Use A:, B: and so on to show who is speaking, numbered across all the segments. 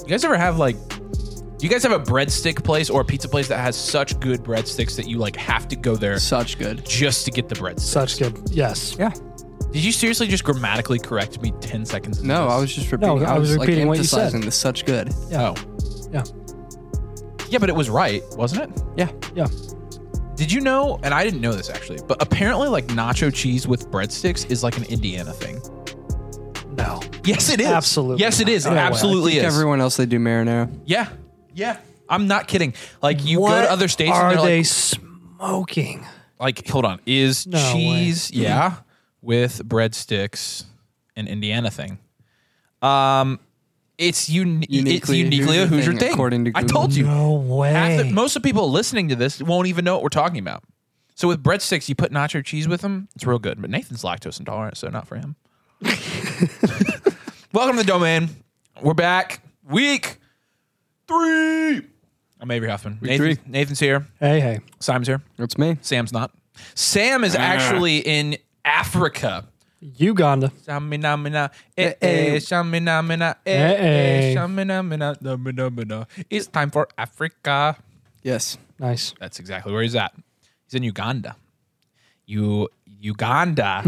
A: You guys ever have like? Do you guys have a breadstick place or a pizza place that has such good breadsticks that you like have to go there
B: Such good.
A: just to get the breadsticks?
C: Such good. Yes.
B: Yeah.
A: Did you seriously just grammatically correct me ten seconds? into
B: No,
A: this?
B: I was just repeating.
C: I was
B: like,
C: repeating what you said.
B: emphasizing The such good.
C: Yeah.
A: Oh,
C: Yeah.
A: yeah, but it was right, wasn't it?
B: Yeah.
C: Yeah.
A: Did you know? And I didn't know this actually, but apparently, like nacho cheese with breadsticks is like an Indiana thing.
C: No.
A: Yes, it is.
C: Absolutely
A: Yes, it
C: not.
A: is. It
C: No way.
A: absolutely
B: Like
A: is.
B: everyone else, they do marinara.
A: yeah. Yeah. I'm not kidding. Like you go
C: What
A: to other states
C: Are
A: and they're
C: they
A: like,
C: smoking?
A: like, hold on, is
C: No way. Mm-hmm.
A: cheese yeah with breadsticks an Indiana thing? Um, it's un-
B: Uniquely a
A: it's uniquely a
B: Hoosier
A: Hoosier
B: thing,
A: thing.
B: according to
A: I
B: Google.
A: told you.
C: No
A: Half the-
C: way.
A: most of the people listening to this won't even know what we're talking about. So with breadsticks, you put nacho cheese with them. It's real good. But Nathan's lactose intolerant, so not for him. Welcome to the domain. We're back. Week three. I'm Avery Huffman. Nathan's,
B: three.
A: Nathan's here.
C: hey, hey.
A: Simon's here.
B: That's me.
A: Sam's not. Sam is actually in Africa.
C: Uganda.
A: Shaminamina, eh, eh, shaminamina, eh, eh,
C: Eh, eh.
A: shaminamina, naminamina. It's time for Africa.
B: Yes.
C: Nice.
A: That's exactly where he's at. He's in Uganda. You Uganda.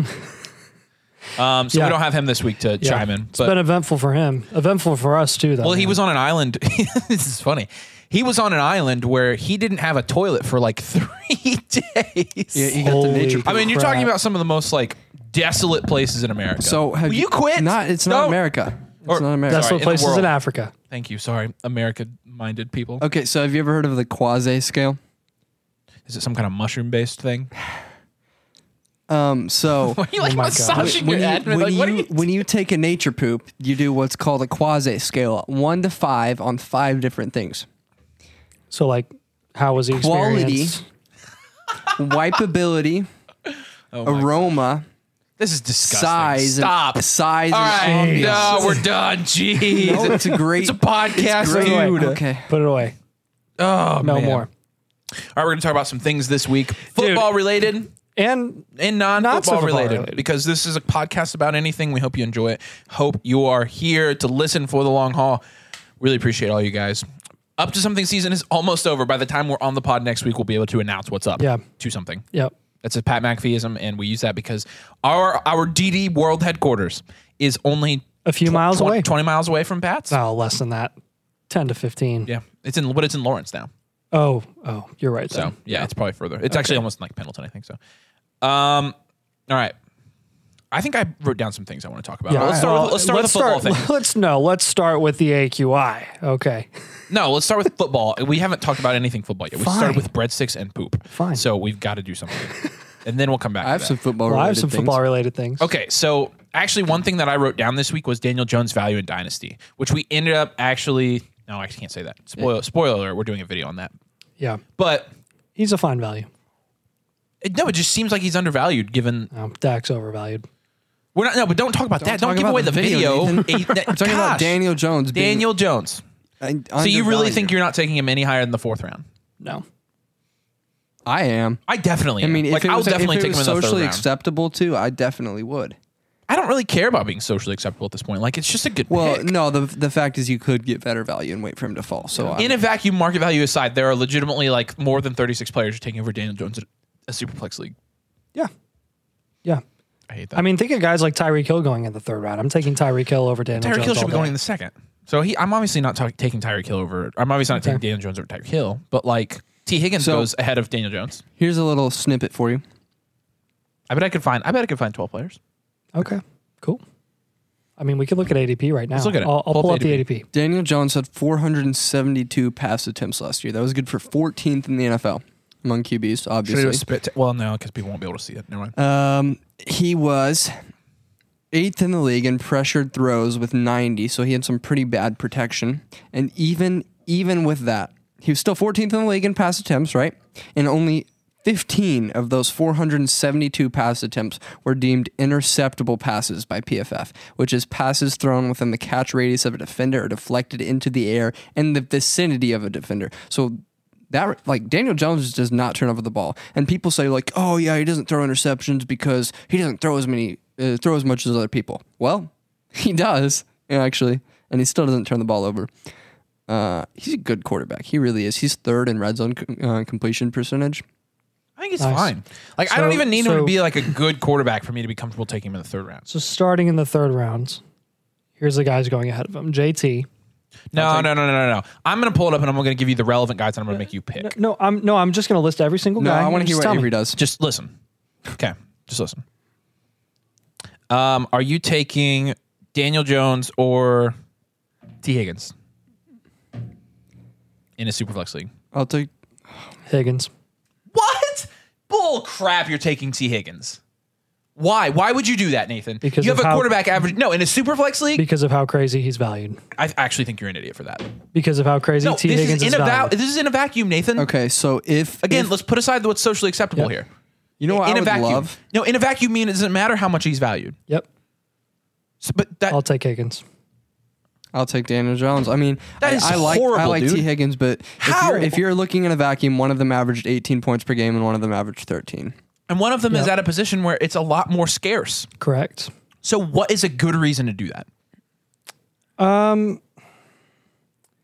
A: um, so
C: Yeah.
A: we don't have him this week to
C: Yeah.
A: chime in.
C: It's
A: But
C: been eventful for him. Eventful for us too, though.
A: well, he
C: man.
A: was on an island. this is funny. He was on an island where he didn't have a toilet for like three days.
B: Yeah, you got
C: Holy
B: the nature.
A: I mean, you're talking
C: crap.
A: about some of the most like desolate places in America.
B: so have
A: Will you, quit?
B: Not. It's not
A: No.
B: America. It's
A: Or-
B: not America.
C: That's
A: sorry, in the
C: what places
A: world.
C: in Africa.
A: Thank you. Sorry, America-minded people.
B: Okay. So have you ever heard of the quasi scale?
A: Is it some kind of mushroom-based thing?
B: Um. So.
A: Why are you like
C: my God.
A: massaging
B: when
A: your
B: you,
A: abdomen?
B: when
A: Like, what are
B: you-
A: you?
B: when you take a nature poop, you do what's called a quasi scale, one to five on five different things:
C: So, like, how was the
B: Quality.
C: experience?
B: wipeability, aroma,
A: This is Oh disgusting.
B: size, and-
A: Stop.
B: size.
A: All
B: and
A: right,
B: ambience.
A: no, we're done. Jeez,
B: No, it's a great-
A: It's a podcast,
B: great.
A: dude.
C: Wait.
B: Okay.
C: Put it away.
A: Oh,
C: No
A: man.
C: more.
A: All right, we're gonna talk about some things this week, football related
C: And
A: and non-football
C: football
A: related,
C: related.
A: because this is a podcast about anything. We hope you enjoy it. Hope you are here to listen for the long haul. Really appreciate all you guys. Up to something season is almost over. By the time we're on the pod next week, we'll be able to announce what's up.
C: Yeah.
A: to something.
C: yep.
A: That's a Pat McAfeeism, and we use that because our our DD world headquarters is only
C: A few miles away.
A: twenty miles away from Pat's.
C: No, less than that. 10 to 15.
A: Yeah, it's in, but it's in Lawrence now.
C: Oh, oh, you're right.
A: So
C: Then.
A: yeah, Mm, it's probably further. It's actually almost like Pendleton, I think. So, um, all right. I think I wrote down some things I want to talk about.
C: Yeah,
A: let's, start
C: well,
A: with, let's start with the football
C: start-
A: thing.
C: Let's no. Let's start with the AQI. Okay.
A: No, let's start with football. We haven't talked about anything football yet. We started
C: Fine.
A: with breadsticks and poop.
C: Fine.
A: So we've got to do something, and then we'll come back.
B: I have
A: to
B: some
A: that.
B: football.
C: Well, I have
B: related
C: some
B: things.
C: football related things.
A: Okay, so actually, one thing that I wrote down this week was Daniel Jones' value in Dynasty, which we ended up actually. No, I can't say that. Spoil, spoiler alert, We're doing a video on that,
C: Yeah.
A: but
C: He's a fine value.
A: it- no, it just seems like he's undervalued given
C: Um, Dak's overvalued.
A: We're not no, but don't talk about that. Don't
B: talk
A: give
B: about
A: away the
B: the
A: video.
B: video, Nathan.
A: We're talking
B: Talking about Daniel Jones. Being
A: Daniel Jones.
B: un-
A: So you really
B: undervalued.
A: think you're not taking him any higher than the fourth round?
C: No.
B: I am.
A: I definitely.
B: I mean, if
A: like
B: it
A: I'll
B: was, if
A: definitely
B: it
A: take him
B: was
A: in the third
B: socially
A: round.
B: acceptable too, I definitely would.
A: I don't really care about being socially acceptable at this point. Like it's just a good
B: Well,
A: pick.
B: no, the the fact is you could get better value and wait for him to fall. So I'm-
A: in a vacuum, market value aside, there are legitimately like more than 36 players you're taking over Daniel Jones at a superplex league.
C: Yeah. Yeah.
A: I hate that.
C: I mean, think of guys like Tyreek Hill going in the third round. I'm taking Tyreek Hill over Daniel
A: Tyreek
C: Jones.
A: Hill should
C: all
A: be going
C: day.
A: in the second. So he, I'm obviously not talk, taking Tyreek Hill over. I'm obviously not taking
C: Okay.
A: Daniel Jones over Tyreek Hill, but like T Higgins
B: So-
A: goes ahead of Daniel Jones.
B: here's a little snippet for you.
A: I bet I could find. I bet I could find 12 players.
C: Okay. Cool. I mean, we could look at ADP right now.
A: look at it.
C: I'll, I'll
A: Pull up
C: pull up the
A: ADP.
C: ADP.
B: Daniel Jones had 472 pass attempts last year. That was good for 14th in the NFL among QBs,
A: Should I do a
B: obviously.
A: spit? T- well, no, because people won't be able to see it. Never mind.
B: Um, he was eighth in the league in pressured throws with 90, so he had some pretty bad protection. And even even with that, he was still 14th in the league in pass attempts, right? And only 15 of those 472 pass attempts were deemed interceptable passes by PFF, which is passes thrown within the catch radius of a defender or deflected into the air in the vicinity of a defender. So that like Daniel Jones just does not turn over the ball, and people say like, "Oh yeah, he doesn't throw interceptions because he doesn't throw as many uh, throw as much as other people." Well, he does actually, and he still doesn't turn the ball over. Uh, he's a good quarterback. He really is. He's third in red zone c- uh, completion percentage.
A: I think it's
C: Nice.
A: fine. Like I don't
C: So-
A: even need him to
C: so-
A: be like a good quarterback for me to be comfortable taking him in the third round.
C: So starting in the third round, here's the guys going ahead of him. JT.
A: No, no, no, no, no, no. I'm gonna pull it up and I'm gonna give you the relevant guys and I'm gonna make you pick.
C: No, no, I'm no, I'm just going to list every single
B: No,
C: guy.
B: I want to hear
C: Just
B: what
C: tell me.
B: Avery does.
A: Just listen. Okay, just listen. Um, are you taking Daniel Jones or T Higgins in a superflex league?
B: I'll take.
C: Higgins.
A: What? Bull crap! You're taking T Higgins. Why? Why would you do that, Nathan?
C: Because
A: you
C: of
A: have a
C: how-
A: quarterback average. No, in a superflex league,
C: Because of how crazy he's valued.
A: I actually think you're an idiot for that.
C: Because of how crazy
A: No,
C: T.
A: this
C: Higgins
A: is
C: is,
A: in a va-
C: valued.
A: this is in a vacuum, Nathan.
B: Okay, so if
A: Again,
B: if-
A: let's put aside what's socially acceptable
C: Yep.
A: here.
B: you know what
A: in
B: I
A: a
B: would
A: vacuum,
B: love.
A: no, in a vacuum, mean it doesn't matter how much he's valued.
C: Yep.
A: So- but that
C: I'll take Higgins.
B: I'll take Daniel Jones. I mean,
A: That
B: I,
A: is
B: I like I
A: horrible,
B: like T
A: dude.
B: Higgins, but
A: How?
B: If, you're, if you're looking in a vacuum, one of them averaged 18 points per game and one of them averaged 13.
A: and one of them is
C: Yep.
A: at a position where it's a lot more scarce.
C: Correct.
A: So, what is a good reason to do that?
C: Um,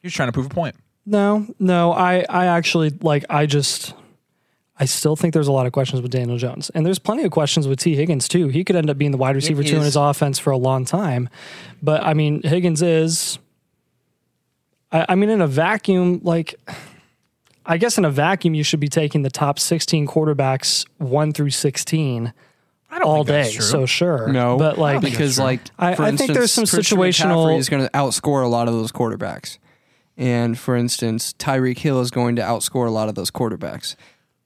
A: You're just trying to prove a point.
C: no, no. I, I actually like. I just. I still think there's a lot of questions with Daniel Jones, and there's plenty of questions with T. Higgins too. He could end up being the wide receiver two in
A: is-
C: his offense for a long time, but I mean, Higgins is. I, I mean, in a vacuum, like, I guess in a vacuum, you should be taking the top 16 quarterbacks one through 16
A: I don't
C: all
A: think that's
C: day.
A: true.
C: So sure,
B: No,
C: but like,
B: because like
C: I-
B: for
C: I
B: instance,
C: think there's some
B: Christian
C: situational-
B: McCaffrey is going to outscore a lot of those quarterbacks, and for instance, Tyreek Hill is going to outscore a lot of those quarterbacks,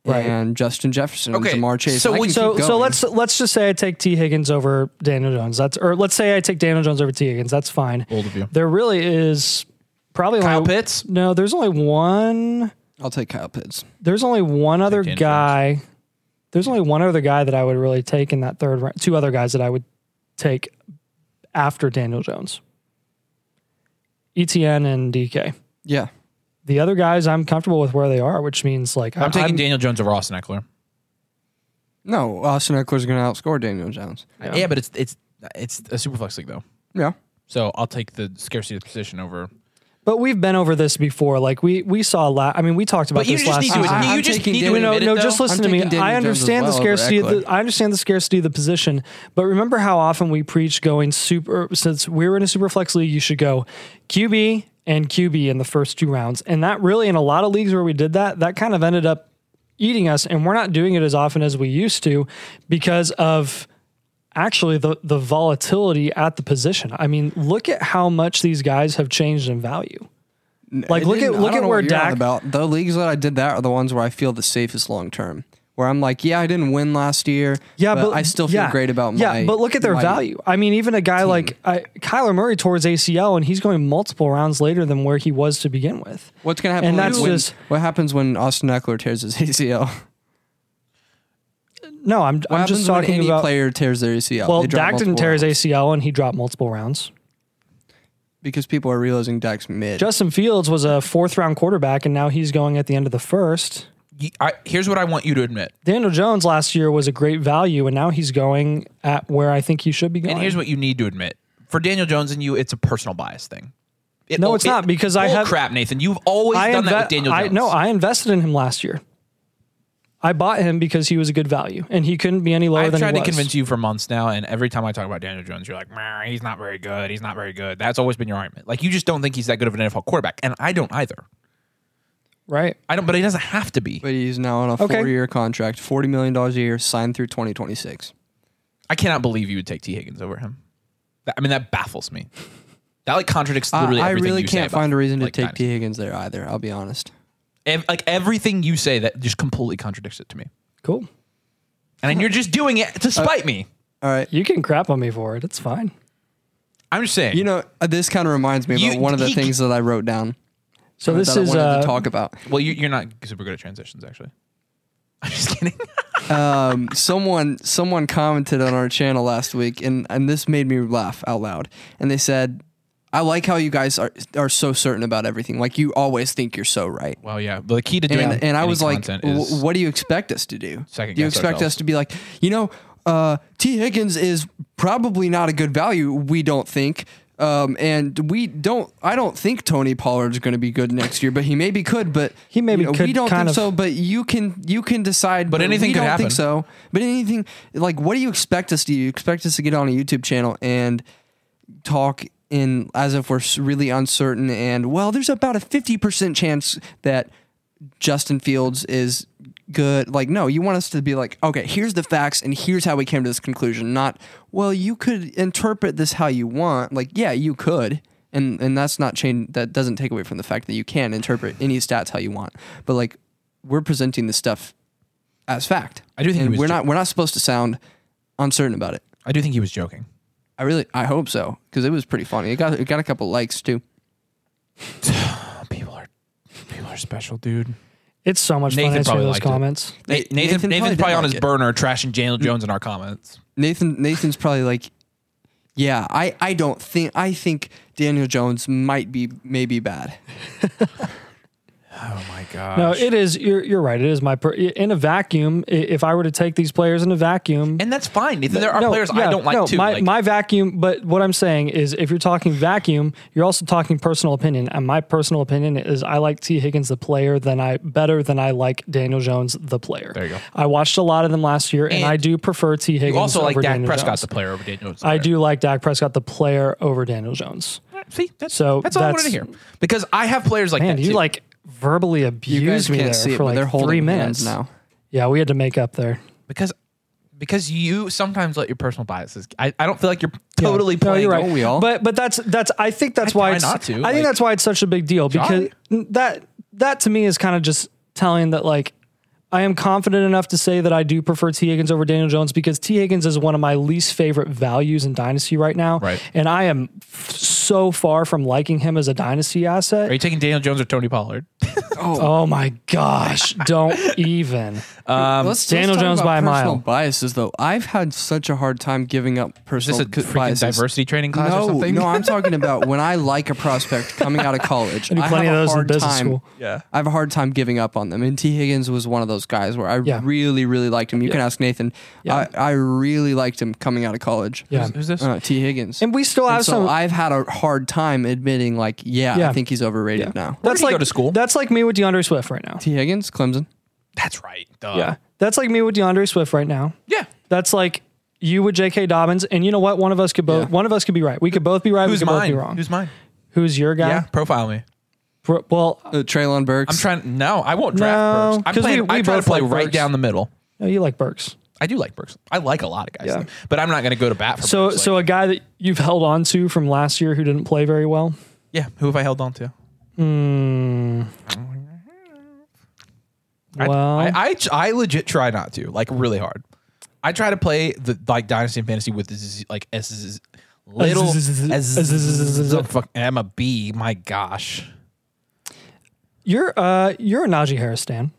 C: Right.
B: and Justin Jefferson,
A: Okay,
B: Jamar Chase.
A: so
B: I
A: we-
B: can
C: So
B: keep
C: so
B: going.
C: let's let's just say I take T Higgins over Daniel Jones. That's or let's say I take Daniel Jones over T Higgins. That's fine.
A: Bold of you.
C: There really is probably
A: Kyle
C: only,
A: Pitts.
C: No, there's only one.
B: I'll take Kyle Pitts.
C: There's only one other
A: Daniel Jones.
C: guy. There's only one other guy that I would really take in that third round. Two other guys that I would take after Daniel Jones. ETN and DK.
B: Yeah,
C: The other guys I'm comfortable with where they are, which means like
A: I'm taking Daniel Jones over Austin Eckler.
B: no, Austin Eckler's going to outscore Daniel Jones.
A: Yeah, but it's it's it's a superflex league though.
B: Yeah,
A: So I'll take the scarcity of position over.
C: But we've been over this before. Like we we saw la- I mean, we talked about
A: But you
C: this
A: just
C: last
A: need
C: time.
A: to.
B: I-
A: you
B: I'm
A: just
B: taking
A: need to
B: Daniel-
C: no,
A: admit
C: no,
A: it, though.
C: just listen
B: I'm
C: to me.
B: taking Daniel
C: I
B: Jones as
C: understand
B: well
C: the
B: over
C: scarcity. Of
B: Eckler.
C: the, I understand the scarcity of the position. But remember how often we preach going super. Since we were in a super flex league, you should go QB and QB in the first two rounds. And that really, in a lot of leagues where we did that, that kind of ended up eating us. And we're not doing it as often as we used to because of actually the the volatility at the position. I mean, look at how much these guys have changed in value. Like
B: It
C: look at
B: didn't- I
C: look
B: don't
C: at
B: know
C: where
B: what you're on
C: Dak
B: about the leagues that I did that are the ones where I feel the safest long term. Where I'm like, yeah, I didn't win last year.
C: Yeah, but,
B: I still feel
C: yeah,
B: great about
C: yeah.
B: my.
C: but look at their
B: my-
C: value. I mean, even a guy like I, Kyler Murray towards ACL, and he's going multiple rounds later than where he was to begin with.
B: What's gonna happen?
C: And
B: when-
C: that's
B: when-
C: just-
B: what happens when Austin Eckler tears his ACL.
C: No, I'm
B: What
C: I'm
B: happens
C: just
B: when
C: talking
B: any
C: about.
B: player tears their ACL.
C: well,
B: They drop
C: Dak didn't
B: multiple
C: tear his
B: rounds.
C: ACL, and he dropped multiple rounds.
B: because people are realizing Dak's mid.
C: Justin Fields was a fourth round quarterback, and now he's going at the end of the first.
A: You- I- here's what I want you to admit,
C: Daniel Jones last year was a great value, and now he's going at where I think he should be going.
A: and here's what you need to admit. For Daniel Jones and you, it's a personal bias thing. It-
C: No, it's not, because I
A: bull
C: have-
A: crap, Nathan. You've always done that with
C: inve-
A: Daniel
C: I-
A: Jones.
C: no, I invested in him last year. I bought him because he was a good value, and he couldn't be any lower
A: I've
C: than
A: tried to
C: he was.
A: convince you for months now, and every time I talk about Daniel Jones, you're like, "Meh, he's not very good. He's not very good. That's always been your argument. Like, you just don't think he's that good of an NFL quarterback, and I don't either.
C: right?
A: I don't, but he doesn't have to be.
B: but he's now on a
C: Okay.
B: four-year contract, forty million dollars a year, signed through twenty twenty-six.
A: I cannot believe you would take T. Higgins over him. That, I mean, that baffles me. That like contradicts literally.
B: I
A: everything
B: really
A: you
B: can't
A: say about,
B: find a reason to
A: like,
B: take
A: dynasty.
B: T Higgins there either. I'll be honest.
A: Ev- like everything you say that just completely contradicts it to me,
C: Cool.
A: and you're just doing it to spite me.
B: All right,
C: You can crap on me for it. It's fine.
A: I'm just saying.
B: you know uh, this kind of reminds me
A: You-
B: about one of the
A: he-
B: things that I wrote down.
C: So this
B: that
C: is
B: I wanted
C: uh,
B: to talk about.
A: well, you, you're not super good at transitions, actually. I'm just kidding.
B: um, someone someone commented on our channel last week, and and this made me laugh out loud. And they said, "I like how you guys are are so certain about everything. Like you always think you're so right."
A: well, yeah. But the key to doing
B: And and I
A: any
B: was like,
A: content
B: "W-
A: is-
B: "What do you expect us to do?
A: Second
B: do you
A: guess
B: expect us
A: ourselves."
B: to be like, you know, uh, T Higgins is probably not a good value? We don't think." Um, and we don't. I don't think Tony Pollard's going to be good next year, but he maybe could. But
C: He maybe
B: you know, we
C: could
B: don't
C: kind
B: think
C: of-
B: so. But you can you can decide.
A: But anything
B: we
A: could
B: don't
A: happen.
B: Think so, but anything like what do you expect us to? do? You expect us to get on a YouTube channel and talk in as if we're s- really uncertain and well, there's about a fifty percent chance that Justin Fields is good. Like, no, you want us to be like, okay, here's the facts and here's how we came to this conclusion. Not, well, you could interpret this how you want. Like, yeah, you could. And and that's not change that doesn't take away from the fact that you can interpret any stats how you want. But like we're presenting this stuff as fact.
A: I do think he
B: and
A: was
B: we're
A: ju-
B: not we're not supposed to sound uncertain about it.
A: I do think he was joking.
B: I really I hope so. Because it was pretty funny. It got it got a couple likes too.
A: Oh, people are people are special, dude.
C: It's so much
A: Nathan
C: fun answering
A: probably
C: those
A: liked it.
C: comments.
A: Nathan,
B: Nathan
A: Nathan's
B: probably
A: probably,
B: did
A: on
B: like
A: his
B: it.
A: burner trashing Daniel Jones in our comments.
B: Nathan Nathan's probably like, yeah, I, I don't think I think Daniel Jones might be maybe bad.
A: Oh my god.
C: No, it is. You're, you're right. It is my per- in a vacuum. i- If I were to take these players in a vacuum,
A: and that's fine. Nathan. There are
C: No,
A: players I
C: yeah,
A: don't like
C: no,
A: too.
C: My,
A: like,
C: my vacuum, but what I'm saying is, if you're talking vacuum, you're also talking personal opinion, and my personal opinion is I like T. Higgins the player than I better than I like Daniel Jones the player.
A: There you go.
C: I watched a lot of them last year, and,
A: And
C: I do prefer T. Higgins.
A: you also like
C: over
A: Dak
C: Daniel
A: Prescott,
C: Jones.
A: the player over Daniel Jones. the
C: I
A: player.
C: do like Dak Prescott the player over Daniel Jones.
A: See, that's,
C: So
A: that's all I wanted to
C: that's-
A: hear because I have players like
C: Man,
A: that.
C: you
A: too.
C: like verbally
B: You
C: abused
B: guys
C: me
B: can't
C: there
B: see it,
C: for
B: but
C: like
B: they're holding
C: three
B: hands
C: minutes
B: now.
C: Yeah, we had to make up there.
A: because because you sometimes let your personal biases. I, I don't feel like you're
C: Yeah.
A: totally
C: No,
A: playing.
C: you're right.
B: don't we all?
C: But but that's that's I think that's why
A: try
C: it's,
A: not to,
C: I
A: like-
C: think that's why it's such a big deal because that that to me is kind of just telling that like I am confident enough to say that I do prefer T Higgins over Daniel Jones because T Higgins is one of my least favorite values in dynasty right now,
A: Right.
C: and I am f- so far from liking him as a dynasty asset.
A: Are you taking Daniel Jones or Tony Pollard?
C: Oh my gosh! Don't even.
B: let's,
C: Um, Daniel
B: talk
C: Jones
B: about
C: by a
B: personal
C: mile.
B: Biases though, I've had such a hard time giving up
A: Is
B: personal
C: Oh,
A: this a freaking
B: biases.
A: diversity training class or
B: no,
A: something?
B: no, I'm talking about when I like a prospect coming out of college. I,
C: knew plenty
B: have
C: of
B: a
C: those in
B: hard
C: business
B: time.
C: school.
A: Yeah.
B: I have a hard time giving up on them. And T. Higgins was one of those guys where I
C: Yeah.
B: really, really liked him. You can ask Nathan.
C: Yeah.
B: I, I really liked him coming out of college.
C: Yeah.
A: Who's, who's this?
B: Uh, T. Higgins.
C: And we still have
B: And so
C: some.
B: I've had a hard time admitting, like, yeah,
C: Yeah.
B: I think he's overrated now.
A: Where did
C: that's
A: he
C: like
A: go to school?
C: That's like me with DeAndre Swift right now.
B: T. Higgins, Clemson.
A: that's right. Duh.
C: Yeah, that's like me with DeAndre Swift right now.
A: Yeah.
C: That's like you with J.K. Dobbins, and you know what? One of us could both.
B: Yeah.
C: One of us could be right. We could both be right.
A: Who's
C: we could
A: mine?
C: both be wrong.
A: Who's mine?
C: Who's your guy?
A: Yeah. Profile me.
C: Bro- well,
B: Uh, Traylon Burks.
A: I'm trying. No, I won't draft
C: No,
A: Burks. I'm
C: 'cause
A: playing,
C: we- we
A: I try to
C: both
A: play
C: like
A: right
C: Burks.
A: down the middle.
C: no, you like Burks.
A: I do like Burks. I like a lot of guys,
C: Yeah.
A: though. but I'm not going to go to bat for.
C: So,
A: Burks.
C: so
A: like,
C: a guy that you've held on to from last year who didn't play very well.
A: yeah, who have I held on to? Hmm. I-
C: well,
A: I, I I legit try not to like really hard. I try to play the like Dynasty and Fantasy with z- like as z- little
C: Azzzz-
A: as
C: azzzz-
A: fuck- I'm a B. My gosh,
C: you're uh, you're a Najee Harris stan.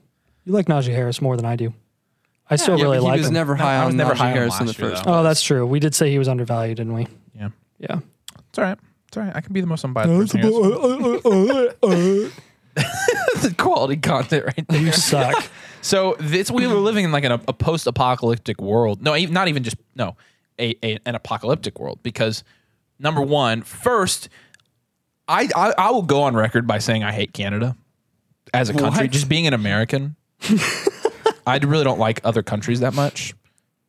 C: You like Najee Harris more than I do. I still
B: Yeah,
C: really
B: but he
C: like
B: was
C: him.
B: never
A: No,
B: high
A: I
B: on
A: was never
B: Najee
A: high on
B: Harris
A: last
B: in the
A: year,
B: first.
A: though.
C: oh, that's true. We did say he was undervalued, didn't we?
A: yeah,
C: Yeah.
A: it's all right. It's all right. I can be the most unbiased person. here. That's the quality content right there.
C: You suck.
A: So this we were living in like an, a post-apocalyptic world. No, even- not even just no, a, a an apocalyptic world because number one, first, I, I I will go on record by saying I hate Canada as a country.
B: What?
A: Just being an American, I really don't like other countries that much.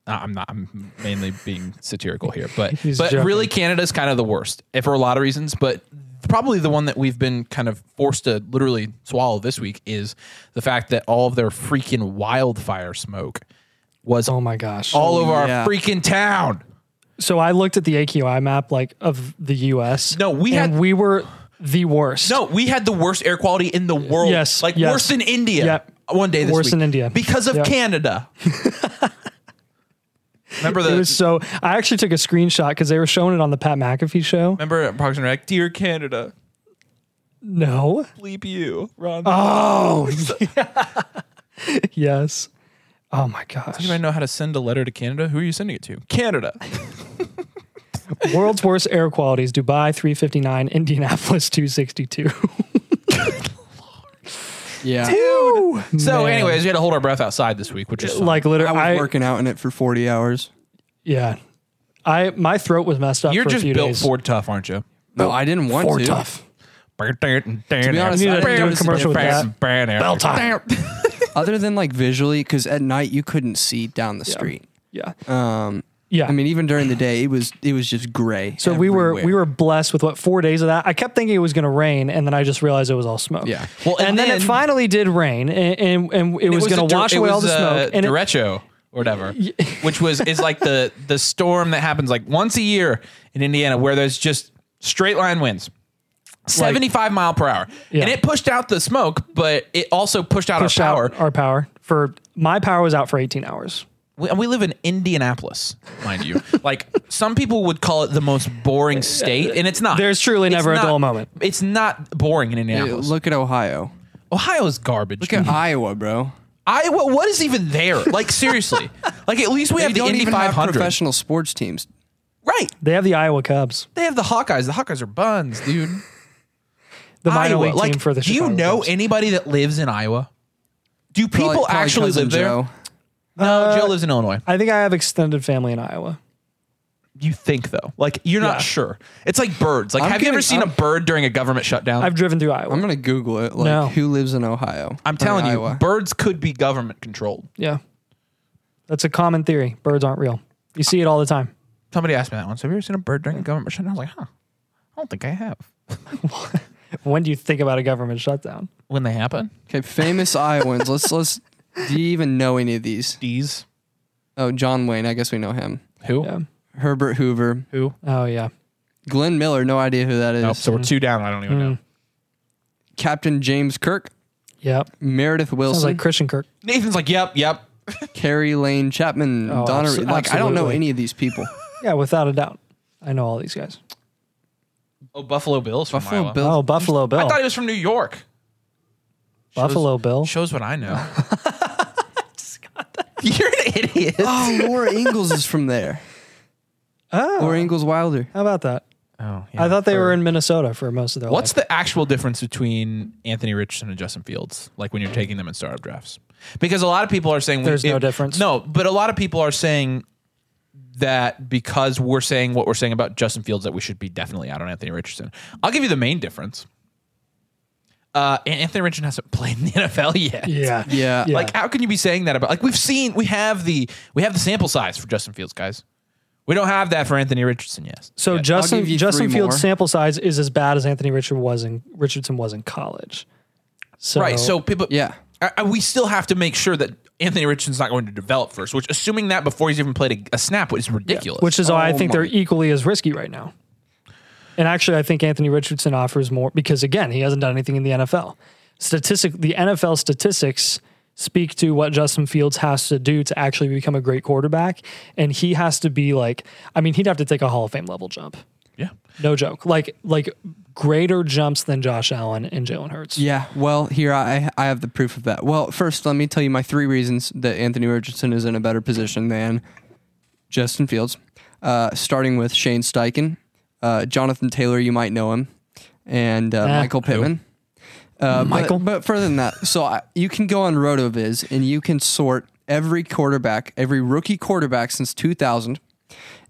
A: Uh, I'm not. I'm mainly being satirical here, but
C: He's
A: but
C: joking.
A: really, Canada's kind of the worst eh, for a lot of reasons. But probably the one that we've been kind of forced to literally swallow this week is the fact that all of their freaking wildfire smoke was
C: oh my gosh.
A: all over our
B: yeah.
A: freaking town.
C: So I looked at the AQI map like of the US.
A: No, we
C: and
A: had-
C: we were the worst.
A: No, we had the worst air quality in the world.
C: Yes,
A: like
C: yes.
A: worse than India.
C: Yep.
A: One day this
C: Worse
A: week.
C: than India.
A: because of
C: Yep.
A: Canada. remember the
C: It was so I actually took a screenshot because they were showing it on the Pat McAfee show.
A: remember at Parks and Rec, dear Canada,
C: No.
A: bleep you, Ron.
C: Oh yes. Oh my gosh.
A: Do I know how to send a letter to Canada? Who are you sending it to? Canada.
C: World's worst air qualities, Dubai 359, Indianapolis 262.
B: Yeah.
A: So,
C: Man.
A: anyways, we had to hold our breath outside this week, which is fun.
C: like
B: I
C: literally
B: was
C: I,
B: working out in it for 40 hours.
C: yeah. I my throat was messed up
A: you're
C: for a
A: just
C: few
A: built
C: days.
A: Ford tough, aren't you?
B: No, I didn't want
C: Four
B: to.
C: tough.
B: To be honest,
C: You
B: I didn't
C: need to do a
B: notice
C: commercial
B: the
C: with
B: difference.
C: that. Bell time.
B: Other than like visually, because at night you couldn't see down the street.
C: Yeah.
B: Um,
C: Yeah.
B: I mean, even during the day, it was it was just gray.
C: So we were we were blessed with what four days of that. I kept thinking it was going to rain, and then I just realized it was all smoke.
B: Yeah.
A: Well,
C: and,
A: and
C: then, it
A: then-
C: finally did rain, and and, and it was, going to wash away all the smoke. And it-
A: derecho or whatever, which was is like the the storm that happens like once a year in Indiana, where there's just straight line winds. 75 mile per hour.
C: Yeah.
A: And it pushed out the smoke, but it also pushed out
C: pushed
A: our power.
C: out our power for my power was out for eighteen hours.
A: we, and we live in Indianapolis, mind you. like some people would call it the most boring state, and it's not.
C: There's truly
A: It's
C: never a
A: not-
C: dull moment.
A: It's not boring in
B: Uh,
A: Indianapolis.
B: Look at Ohio.
A: Ohio's garbage.
B: Look at Iowa, bro.
A: Iowa, what is even there? Like seriously, like at least we
B: They
A: have the
B: don't
A: Indy
B: even have
A: 500.
B: professional sports teams.
A: right?
C: They have the Iowa Cubs,
A: They have the Hawkeyes. The Hawkeyes are buns, dude.
C: the minor
A: Iowa,
C: league
A: like,
C: team for the.
A: do you
C: Chicago
A: know
C: Cubs.
A: anybody that lives in Iowa? Do people
B: Probably- probably
A: actually
B: Cousin
A: live there?
B: Joe.
A: No, Joe lives in Illinois.
C: I think I have extended family in Iowa.
A: You think though? Like you're
C: Yeah.
A: not sure. It's like birds. Like,
B: I'm
A: have you
B: getting-
A: ever seen
B: I'm-
A: a bird during a government shutdown?
C: I've driven through Iowa.
B: I'm gonna Google it. Like,
C: No.
B: who lives in Ohio?
A: I'm telling
B: Or
A: you,
B: Iowa.
A: birds could be government controlled.
C: yeah, that's a common theory. Birds aren't real. You see it all the time.
A: Somebody asked me that once. Have you ever seen a bird during a government shutdown? I was like, huh. I don't think I have.
C: When do you think about a government shutdown?
A: When they happen,
B: Okay, famous Iowans. Let's let's. Do you even know any of these?
A: D's.
B: Oh, John Wayne. I guess we know him.
A: Who?
C: Yeah.
B: Herbert Hoover.
A: Who?
C: Oh yeah.
B: Glenn Miller. No idea who that is.
A: Nope. So we're two down. I don't even know.
B: Captain James Kirk.
C: Yep.
B: Meredith
C: Sounds
B: Wilson.
C: like Christian Kirk.
A: Nathan's like, yep, yep.
B: Carrie Lane Chapman.
C: Oh,
B: Donna.
C: abso-
B: like I don't know
C: absolutely.
B: any of these people.
C: Yeah, without a doubt. I know all these guys.
A: Oh, Buffalo Bills. From
B: Buffalo
A: Iowa.
B: Bill.
C: Oh, Buffalo Bill.
A: I thought he was from New York.
C: Buffalo Bill.
A: Shows what I know. You're an idiot.
B: Oh, Laura Ingalls is from there.
C: Oh.
B: Laura Ingalls Wilder.
C: How about that?
A: Oh,
C: I thought they were in Minnesota for most of their
A: What's
C: life.
A: the actual difference between Anthony Richardson and Justin Fields, like when you're taking them in startup drafts? Because a lot of people are saying we-
C: There's no difference.
A: No, but a lot of people are saying that because we're saying what we're saying about Justin Fields, that we should be definitely out on Anthony Richardson. I'll give you the main difference. Uh, An- Anthony Richardson hasn't played in the NFL yet.
C: Yeah.
B: Yeah.
C: Yeah.
A: Like, how can you be saying that about? Like, we've seen, we have the we have the sample size for Justin Fields, guys. We don't have that for Anthony Richardson. Yes.
C: So
A: yet.
C: Justin
B: give you
C: Justin
B: three
C: Fields'
B: more.
C: sample size is as bad as Anthony Richard was in Richardson was in college. So
A: Right. So people,
B: Yeah.
A: I- I- we still have to make sure that Anthony Richardson's not going to develop first. Which, assuming that before he's even played a, a snap, is ridiculous.
C: which is why I
B: Oh
C: think
B: my-
C: they're equally as risky right now. And actually, I think Anthony Richardson offers more because again, he hasn't done anything in the NFL. Statistic, the NFL statistics speak to what Justin Fields has to do to actually become a great quarterback, and he has to be like, I mean, he'd have to take a Hall of Fame level jump,
A: yeah,
C: no joke, like like greater jumps than Josh Allen and Jalen Hurts.
B: Yeah, well, here I I have the proof of that. Well, first let me tell you my three reasons that Anthony Richardson is in a better position than Justin Fields. Uh, starting with Shane Steichen, uh, Jonathan Taylor, you might know him, and uh,
C: Ah.
B: Michael Pittman. Uh,
C: Michael?
B: but, but further than that, so I, you can go on RotoViz and you can sort every quarterback, every rookie quarterback since 2000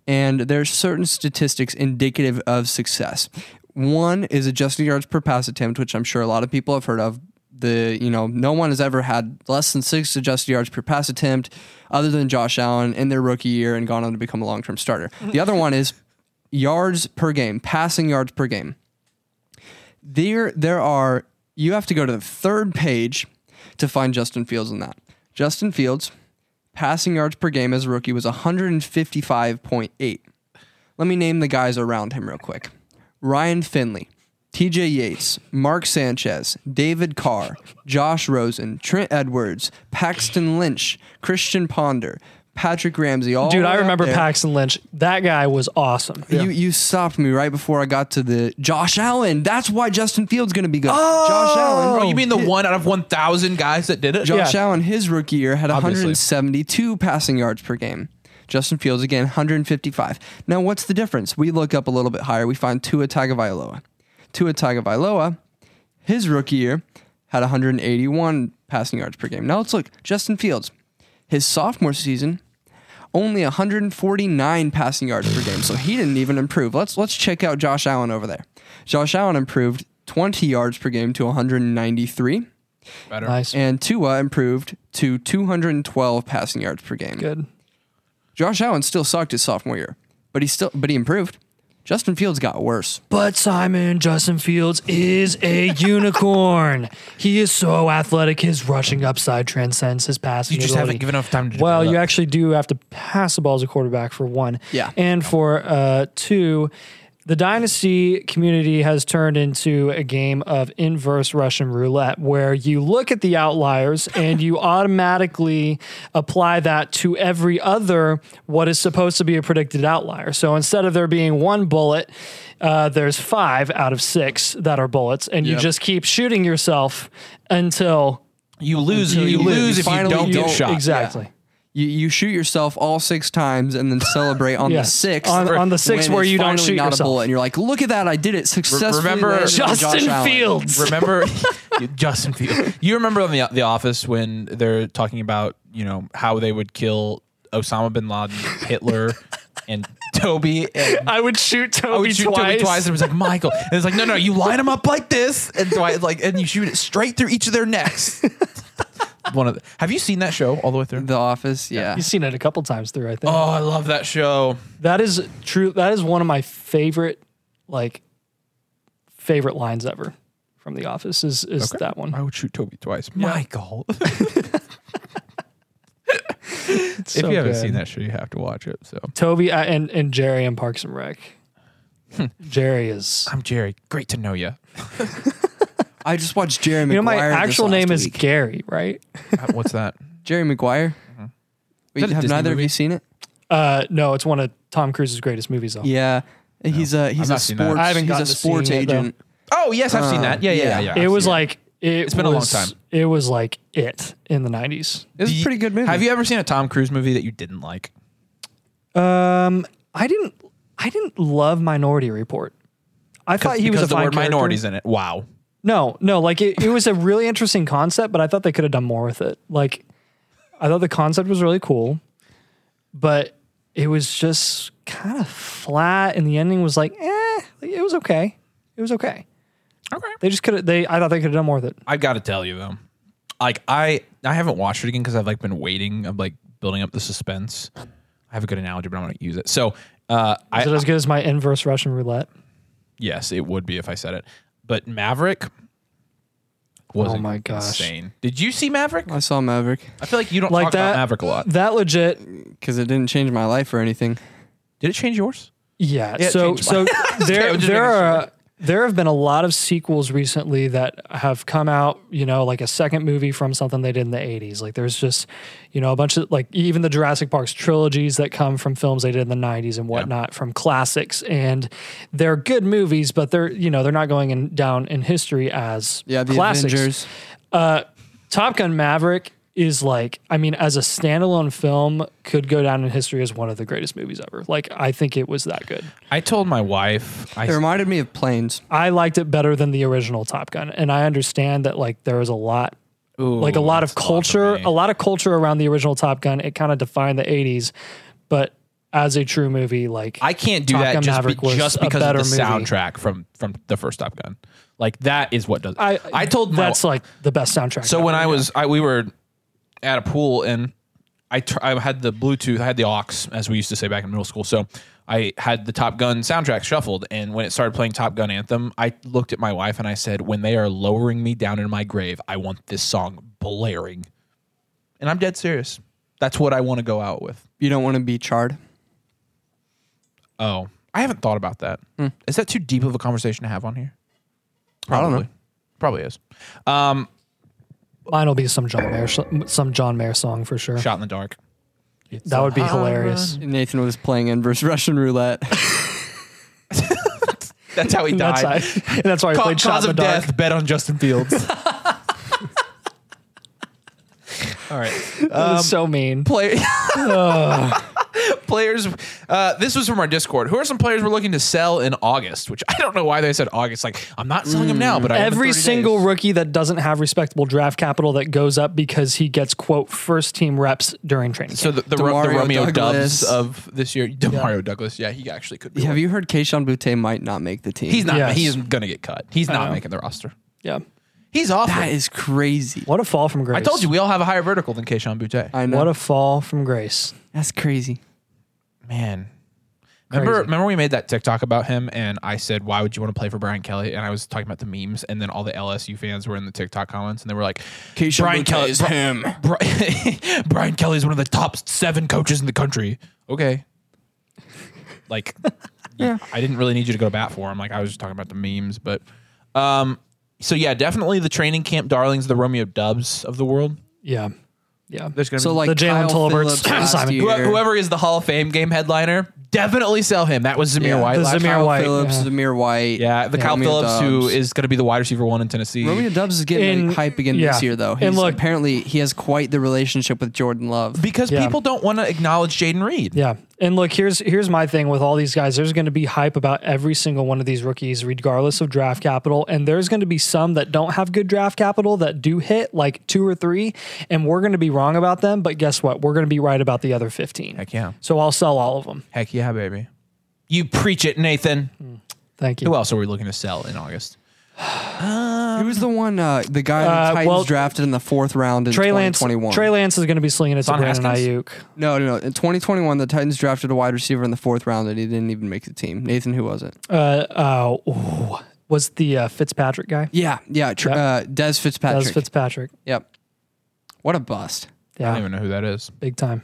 B: and there's certain statistics indicative of success. One is adjusted yards per pass attempt, which I'm sure a lot of people have heard of. The you know no one has ever had less than six adjusted yards per pass attempt, other than Josh Allen in their rookie year and gone on to become a long term starter. The other one is yards per game, passing yards per game there there are you have to go to the third page to find Justin Fields in that. Justin Fields passing yards per game as a rookie was 155.8. Let me name the guys around him real quick. Ryan Finley, TJ Yates, Mark Sanchez, David Carr, Josh Rosen, Trent Edwards, Paxton Lynch, Christian Ponder, Patrick Ramsey. All
C: Dude, I
B: up
C: remember
B: there.
C: Paxton Lynch. That guy was awesome.
B: You you stopped me right before I got to the Josh Allen. That's why Justin Fields going to be good. Josh Allen.
A: Oh, you mean the one out of one thousand guys that did it?
B: Josh
C: Yeah.
B: Allen his rookie year had
A: Obviously.
B: 172 passing yards per game. Justin Fields again 155. Now what's the difference? We look up a little bit higher. We find Tua Tagovailoa. Tua Tagovailoa, his rookie year had 181 passing yards per game. Now let's look Justin Fields. His sophomore season only 149 passing yards per game. So he didn't even improve. Let's let's check out Josh Allen over there. Josh Allen improved 20 yards per game to 193,
A: Better.
C: Nice.
B: and Tua improved to 212 passing yards per game.
C: Good.
B: Josh Allen still sucked his sophomore year, but he still but he improved. Justin Fields got worse.
C: But Simon Justin Fields is a unicorn. He is so athletic. His rushing upside transcends his passing.
A: You just
C: ability.
A: haven't given enough time to develop.
C: Well, you actually do have to pass the ball as a quarterback for one.
B: Yeah.
C: And for uh, two, the dynasty community has turned into a game of inverse Russian roulette where you look at the outliers and you automatically apply that to every other what is supposed to be a predicted outlier. So instead of there being one bullet, uh, there's five out of six that are bullets, and you
B: Yep.
C: just keep shooting yourself until
A: you lose. You,
B: you lose.
A: lose if you
B: Finally,
A: don't
B: you
A: get
B: don't-
A: shot.
C: Exactly.
B: You you shoot yourself all six times and then celebrate on
C: Yeah.
B: the sixth.
C: on,
B: when
C: on the sixth where
B: it's
C: you don't
B: finally
C: shoot
B: not a
C: yourself.
B: bullet, and you're like, look at that, I did it successfully.
A: remember-
B: landed on Josh
C: Justin
B: Allen."
C: Fields.
A: remember you- Justin Fields. You remember on the the Office when they're talking about you know how they would kill Osama bin Laden, Hitler, and Toby. And
C: I would shoot Toby,
A: I would shoot
C: twice.
A: Oh, Toby twice, and it was like Michael. And it's like, no, no, you line them up like this, and Dwight like, and you shoot it straight through each of their necks. One of the, have you seen that show all the way through?
B: The Office, yeah.
C: You've seen it a couple times through, I think.
A: Oh, I love that show.
C: That is true. That is one of my favorite, like, favorite lines ever from The Office. Is is that one?
A: I would shoot Toby twice. Michael.
C: It's
A: if
C: so
A: you haven't
C: good.
A: seen that show, you have to watch it. So
C: Toby uh, and and Jerry and Parks and Rec. Jerry is.
A: Hmm. I'm Jerry. Great to know you.
B: I just watched Jerry Maguire.
C: You know, my
B: this
C: actual
B: last
C: name is
B: week.
C: Gary, right?
A: What's that?
B: Jerry Maguire.
A: Mm-hmm. Is
B: Wait,
A: that a
B: have
A: Disney
B: neither of
A: movie?
B: you seen it?
C: Uh, no, it's one of Tom Cruise's greatest movies. Though.
B: Yeah, he's a he's a
A: not seen that.
B: sports
C: I haven't
B: he's
C: gotten
B: a
C: to
B: sports
C: seeing it, though.
B: agent.
A: Oh yes, I've seen that. Yeah, yeah, yeah.
B: yeah.
C: it
A: I've
C: was
A: seen
C: like it
A: It's been a long
C: was-
A: time.
C: It was like it in the nineties.
B: It was
A: Do
B: a
A: you-
B: pretty good movie.
A: Have you ever seen a Tom Cruise movie that you didn't like?
C: Um, I didn't. I didn't love Minority Report. I thought he was
A: because
C: a
A: the
C: fine
A: word
C: character.
A: minorities in it. Wow.
C: No, no, like it, it was a really interesting concept, but I thought they could have done more with it. Like, I thought the concept was really cool, but it was just kind of flat, and the ending was like, eh, like, it was okay. It was okay.
A: Okay.
C: They just could have. They, I thought they could have done more with it.
A: I've got to tell you though, like I I haven't watched it again because I've like been waiting. I'm like building up the suspense. I have a good analogy, but I'm going to use it. So, uh, I,
C: Is it as good as my inverse Russian roulette?
A: yes, it would be if I said it. But Maverick was
C: Oh my gosh.
A: insane. Did you see Maverick?
B: I saw Maverick
A: I feel like you don't
C: Like
A: talk
C: that?
A: about Maverick a lot.
C: That legit
B: because it didn't change my life or anything.
A: Did it change yours?
C: Yeah.
A: it
C: so
A: changed
C: so
A: mine. I'm
C: there
A: just
C: there
A: making sure.
C: are there have been a lot of sequels recently that have come out, you know, like a second movie from something they did in the 80s. Like there's just, you know, a bunch of like even the Jurassic Parks trilogies that come from films they did in the 90s and whatnot from classics. And they're good movies, but they're, you know, they're not going in, down in history as
B: Yeah, the
C: classics.
B: Avengers.
C: Uh, Top Gun Maverick is like, I mean, as a standalone film, could go down in history as one of the greatest movies ever. Like, I think it was that good.
A: I told my wife. I
B: It reminded me of planes.
C: I liked it better than the original Top Gun, and I understand that like there was a lot, like a lot of culture,
A: me.
C: a lot of culture around the original Top Gun. It kind of defined the '80s, but as a true movie, like
A: I can't do
C: Top
A: that
C: Gun
A: just, be,
C: Maverick was
A: just
C: a
A: because of
C: better
A: the
C: movie.
A: soundtrack from from the first Top Gun. Like that is what does.
C: I,
A: I told my
C: that's like the best soundtrack.
A: so when
C: ever.
A: I was I we were at a pool and I tr- I had the Bluetooth I had the aux as we used to say back in middle school. So I had the Top Gun soundtrack shuffled, and when it started playing Top Gun anthem, I looked at my wife and I said, "When they are lowering me down in my grave, I want this song blaring." And I'm dead serious. That's what I want to go out with.
B: You don't want to be charred.
A: Oh, Hmm. I haven't thought about that. Is that too deep of a conversation to have on here?
B: I don't know.
A: Probably is. Um,
C: mine will be some John Mayer, sh- some John Mayer song for sure.
A: shot in the dark.
C: that would be hilarious.
B: Nathan was playing inverse Russian roulette.
A: That's how he
C: That's,
A: died.
C: I, that's why I
A: Ca-
C: played Shot
A: cause
C: in the
A: of
C: Dark.
A: death, bet on Justin Fields. All right. Um,
C: That was so mean.
A: Play, players? Uh, this was from our Discord. Who are some players we're looking to sell in August? Which I don't know why they said August. Like I'm not selling them now, but I am in
C: Mm. Every
A: 30
C: single
A: days.
C: rookie that doesn't have respectable draft capital that goes up because he gets quote first team reps during training.
A: So
C: camp.
A: the, the, Ro- the
B: Demario
A: Romeo
B: Douglas.
A: Dubs of this year, Demario Douglas. Yeah, he actually could. Be
B: Have
A: one.
B: you heard Keishon Butte might not make the team?
A: He's not.
C: Yes.
A: He's gonna get cut. He's not
C: know.
A: making the roster.
C: yeah,
A: He's awful.
B: That is crazy.
C: what a fall from grace!
A: I told you we all have a higher vertical than Keishon Butte.
B: I know.
C: What a fall from grace!
B: That's crazy.
A: Man. Remember,
C: Crazy.
A: remember we made that TikTok about him, and I said, "Why would you want to play for Brian Kelly?" And I was talking about the memes, and then all the LSU fans were in the TikTok comments, and they were like,
B: Keishon
A: "Brian
B: Butte
A: Kelly
B: is
A: Bri-
B: him."
A: Bri- Brian Kelly is one of the top seven coaches in the country." Okay, like,
B: Yeah.
A: I didn't really need you to go to bat for him. Like, I was just talking about the memes, but, um, so yeah, definitely the training camp darlings, the Romeo Dubs of the world.
C: Yeah, yeah.
A: There's gonna
B: So
A: be
B: like
C: The Jalen
B: Kyle
C: Tolberts,
B: Phillips last
C: Simon.
B: year,
A: Whoe- whoever is the Hall of Fame game headliner, definitely sell him. That was Zamir
B: Yeah,
A: White.
C: the
A: last
C: Zamir
A: time.
B: Kyle
C: White,
B: Phillips,
C: yeah.
B: Zamir White,
A: Yeah, the Kyle
B: Romeo
A: Phillips, who
B: Doubs.
A: is going to be the wide receiver one in Tennessee.
B: Romeo Dubs is getting
C: In-
B: hype again
C: yeah.
B: this year, though.
C: And
B: He's,
C: look-
B: apparently, he has quite the relationship with Jordan Love.
A: because
C: Yeah.
A: people don't want to acknowledge Jaden Reed.
C: Yeah. And look, here's here's my thing with all these guys. There's going to be hype about every single one of these rookies regardless of draft capital, and there's going to be some that don't have good draft capital that do hit like 2 or 3, and we're going to be wrong about them, but guess what? We're going to be right about the other 15.
A: Heck yeah.
C: So I'll sell all of them.
A: Heck yeah, baby. You preach it, Nathan.
C: Thank
A: Who
C: you.
A: else are we looking to sell in August?
B: Who's the one? Uh, the guy
C: Uh,
B: the Titans
C: well,
B: drafted in the fourth round in
C: Trey Lance,
B: 2021.
C: Trey Lance is going to be slinging it to
A: Son
C: Brandon
A: Haskins?
C: Ayuk.
B: no, no, no. In 2021, the Titans drafted a wide receiver in the fourth round, and he didn't even make the team. Nathan, who was it?
C: Uh, uh, ooh, was the uh, Fitzpatrick guy?
B: Yeah, yeah. Tr-
C: Yep.
B: Uh, Des
C: That
B: Fitzpatrick.
C: was Fitzpatrick.
B: yep. What a bust.
A: I don't
C: Yeah,
A: even know who that is.
C: big time.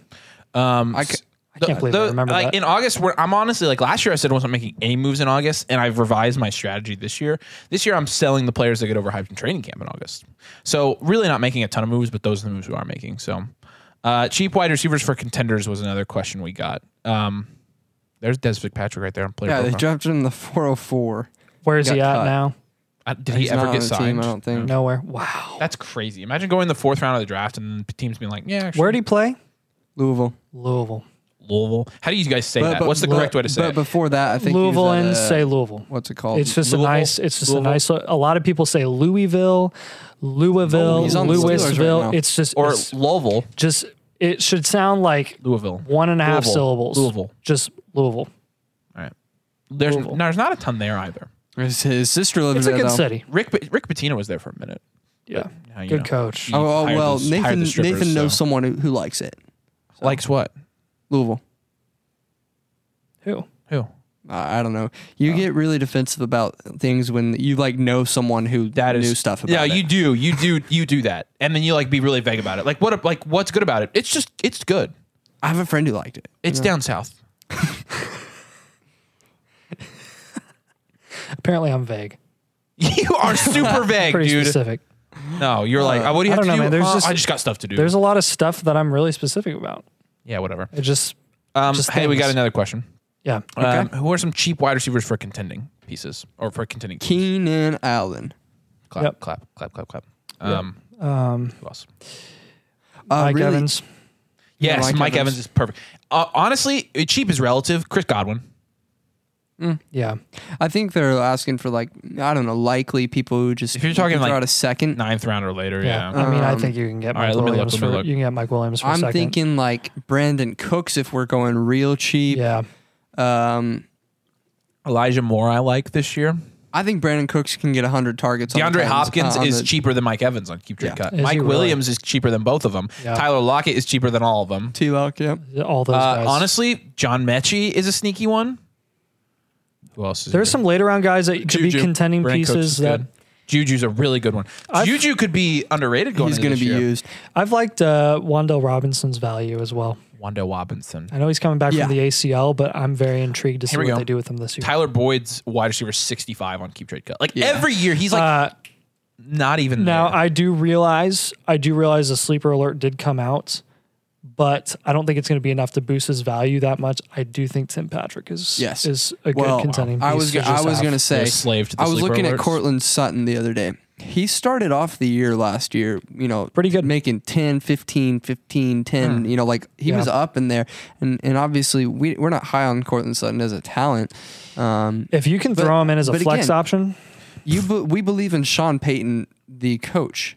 A: Um,
B: I c-
C: I can't believe I remember
A: like
C: that.
A: in August, where I'm honestly like last year, I said I wasn't making any moves in August, and I've revised my strategy this year. This year, I'm selling the players that get overhyped in training camp in August. So really, not making a ton of moves, but those are the moves we are making. So uh, cheap wide receivers for contenders was another question we got. Um, there's Desvik Patrick right there on player.
B: Yeah, they
A: profile.
B: drafted him in the 404.
C: Where's he
B: got
C: at
B: cut.
C: now?
A: Uh, did
B: He's
A: he ever
B: not
A: get
B: on the team,
A: signed?
B: I don't think.
C: Nowhere. Wow.
A: That's crazy. Imagine going the fourth round of the draft and the teams being like, "Yeah, actually,
C: Where did he play?
B: Louisville.
C: Louisville.
A: Louisville?" How do you guys say
B: But-
A: that?
B: but-
A: What's the
B: but-
A: correct way to say
B: But
A: it?
B: before that, I think he was
C: Louisville
B: at,
C: and
B: uh,
C: say Louisville.
B: what's it called?
C: It's just
A: Louisville?
C: a nice. It's just
A: Louisville?
C: a nice. A lot of people say Louisville, Louisville,
B: Oh, he's on the Steelers right
C: Louisville.
B: now.
C: it's just
A: or
C: it's
A: Louisville,
C: just it should sound like
A: Louisville.
C: one and a half
A: Louisville.
C: syllables.
A: Louisville.
C: Just Louisville.
A: All right. There's
C: Louisville.
A: no, there's not a ton there either.
B: his, his sister lives
C: It's a
B: there,
C: good
B: though.
C: city.
A: Rick Rick Pitino was there for a minute.
C: Yeah.
A: Now, you
C: Good
A: know,
C: coach.
A: he
B: Oh, oh,
A: hired
B: well,
A: the- hired
B: Nathan,
A: the strippers,
B: Nathan knows
A: so-
B: someone who, who likes it.
A: likes what?
B: Louisville.
C: Who?
A: Who?
B: I I don't know. You get really defensive about things when you like know someone who
A: That is
B: knew stuff about
A: Yeah,
B: it.
A: you do, you do, you do that, and then you like be really vague about it. Like what? Like what's good about it? It's just it's good.
B: I have a friend who liked it.
A: It's down south.
C: Apparently, I'm vague.
A: You are super vague,
C: Pretty
A: dude.
C: specific.
A: No, you're like, oh, what do you
C: I
A: have
C: don't
A: to
C: know,
A: do?
C: man. There's
A: Uh,
C: just-
A: I just got stuff to do.
C: There's a lot of stuff that I'm really specific about.
A: yeah, whatever.
C: It just
A: Um,
C: just
A: hey, we
C: things.
A: got another question.
C: yeah.
A: Um, who are some cheap wide receivers for contending pieces or for contending? teams?
B: Keenan Allen.
A: Clap,
C: Yep.
A: clap, clap, clap, clap. Um,
C: Um,
A: who else?
B: Uh,
C: Mike
B: really,
C: Evans.
A: Yes,
B: Mike
A: Mike, Evans.
B: Evans
A: is perfect. Uh, honestly, cheap is relative. Chris Godwin.
C: Yeah.
B: I think they're asking for like I don't know, likely people who just
A: If you're talking,
B: throw
A: like,
B: out a second.
A: ninth round or later.
C: Yeah. Uh,
A: Yeah.
C: I mean, I
B: Um,
C: think you can get
A: all right, let
C: Mike
A: me look,
C: Williams
A: let me
C: for
A: look.
C: you can get Mike Williams for a
B: I'm
C: second.
B: thinking like Brandon Cooks if we're going real cheap.
C: Yeah.
B: Um,
A: Elijah Moore, I like this year.
B: I think Brandon Cooks can get 100 targets. on the
A: DeAndre
B: Titans,
A: Hopkins
B: uh, on
A: is
B: the-
A: cheaper than Mike Evans on Keep Trade
B: Yeah.
A: Cut.
C: Is he
A: Mike
C: really?
A: Williams is cheaper than both of them.
C: Yeah.
A: Tyler Lockett is cheaper than all of them.
B: T-Lock, yeah.
C: All those
A: Uh,
C: guys.
A: honestly, John Mechie is a sneaky one. Who else? Is
C: There's some later round guys that could be contending pieces that
A: Juju's a really good one.
C: I've-
A: Juju could be underrated going
B: He's
A: going to
B: be used.
C: I've liked uh, Wandell Robinson's value as well.
A: Wando Robinson.
C: I know he's coming back
B: Yeah.
C: from the ACL, but I'm very intrigued to see
A: we
C: what
A: go.
C: they do with him this year.
A: Tyler Boyd's wide receiver 65 on Keep Trade Cut. Like every year, he's like
C: uh,
A: not even
C: now
A: there.
C: I do realize I do realize the sleeper alert did come out, but I don't think it's going to be enough to boost his value that much. I do think Tim Patrick is
B: Yes.
C: is a good
B: Well,
C: contending.
B: I
C: piece
B: was
C: to
B: I
C: just
B: was
C: have.
B: gonna say
A: They're a slave to the
B: I was
A: sleeper
B: looking
A: alerts.
B: at Cortland Sutton the other day. he started off the year last year, you know,
C: Pretty good.
B: making 10, 15, 15, 10, you know, like he
C: Yeah.
B: was up in there. And and obviously we we're not high on Cortland Sutton as a talent. Um,
C: If you can
B: But-
C: throw him in as a
B: but
C: flex
B: again-
C: option,
B: you be, we believe in Sean Payton, the coach.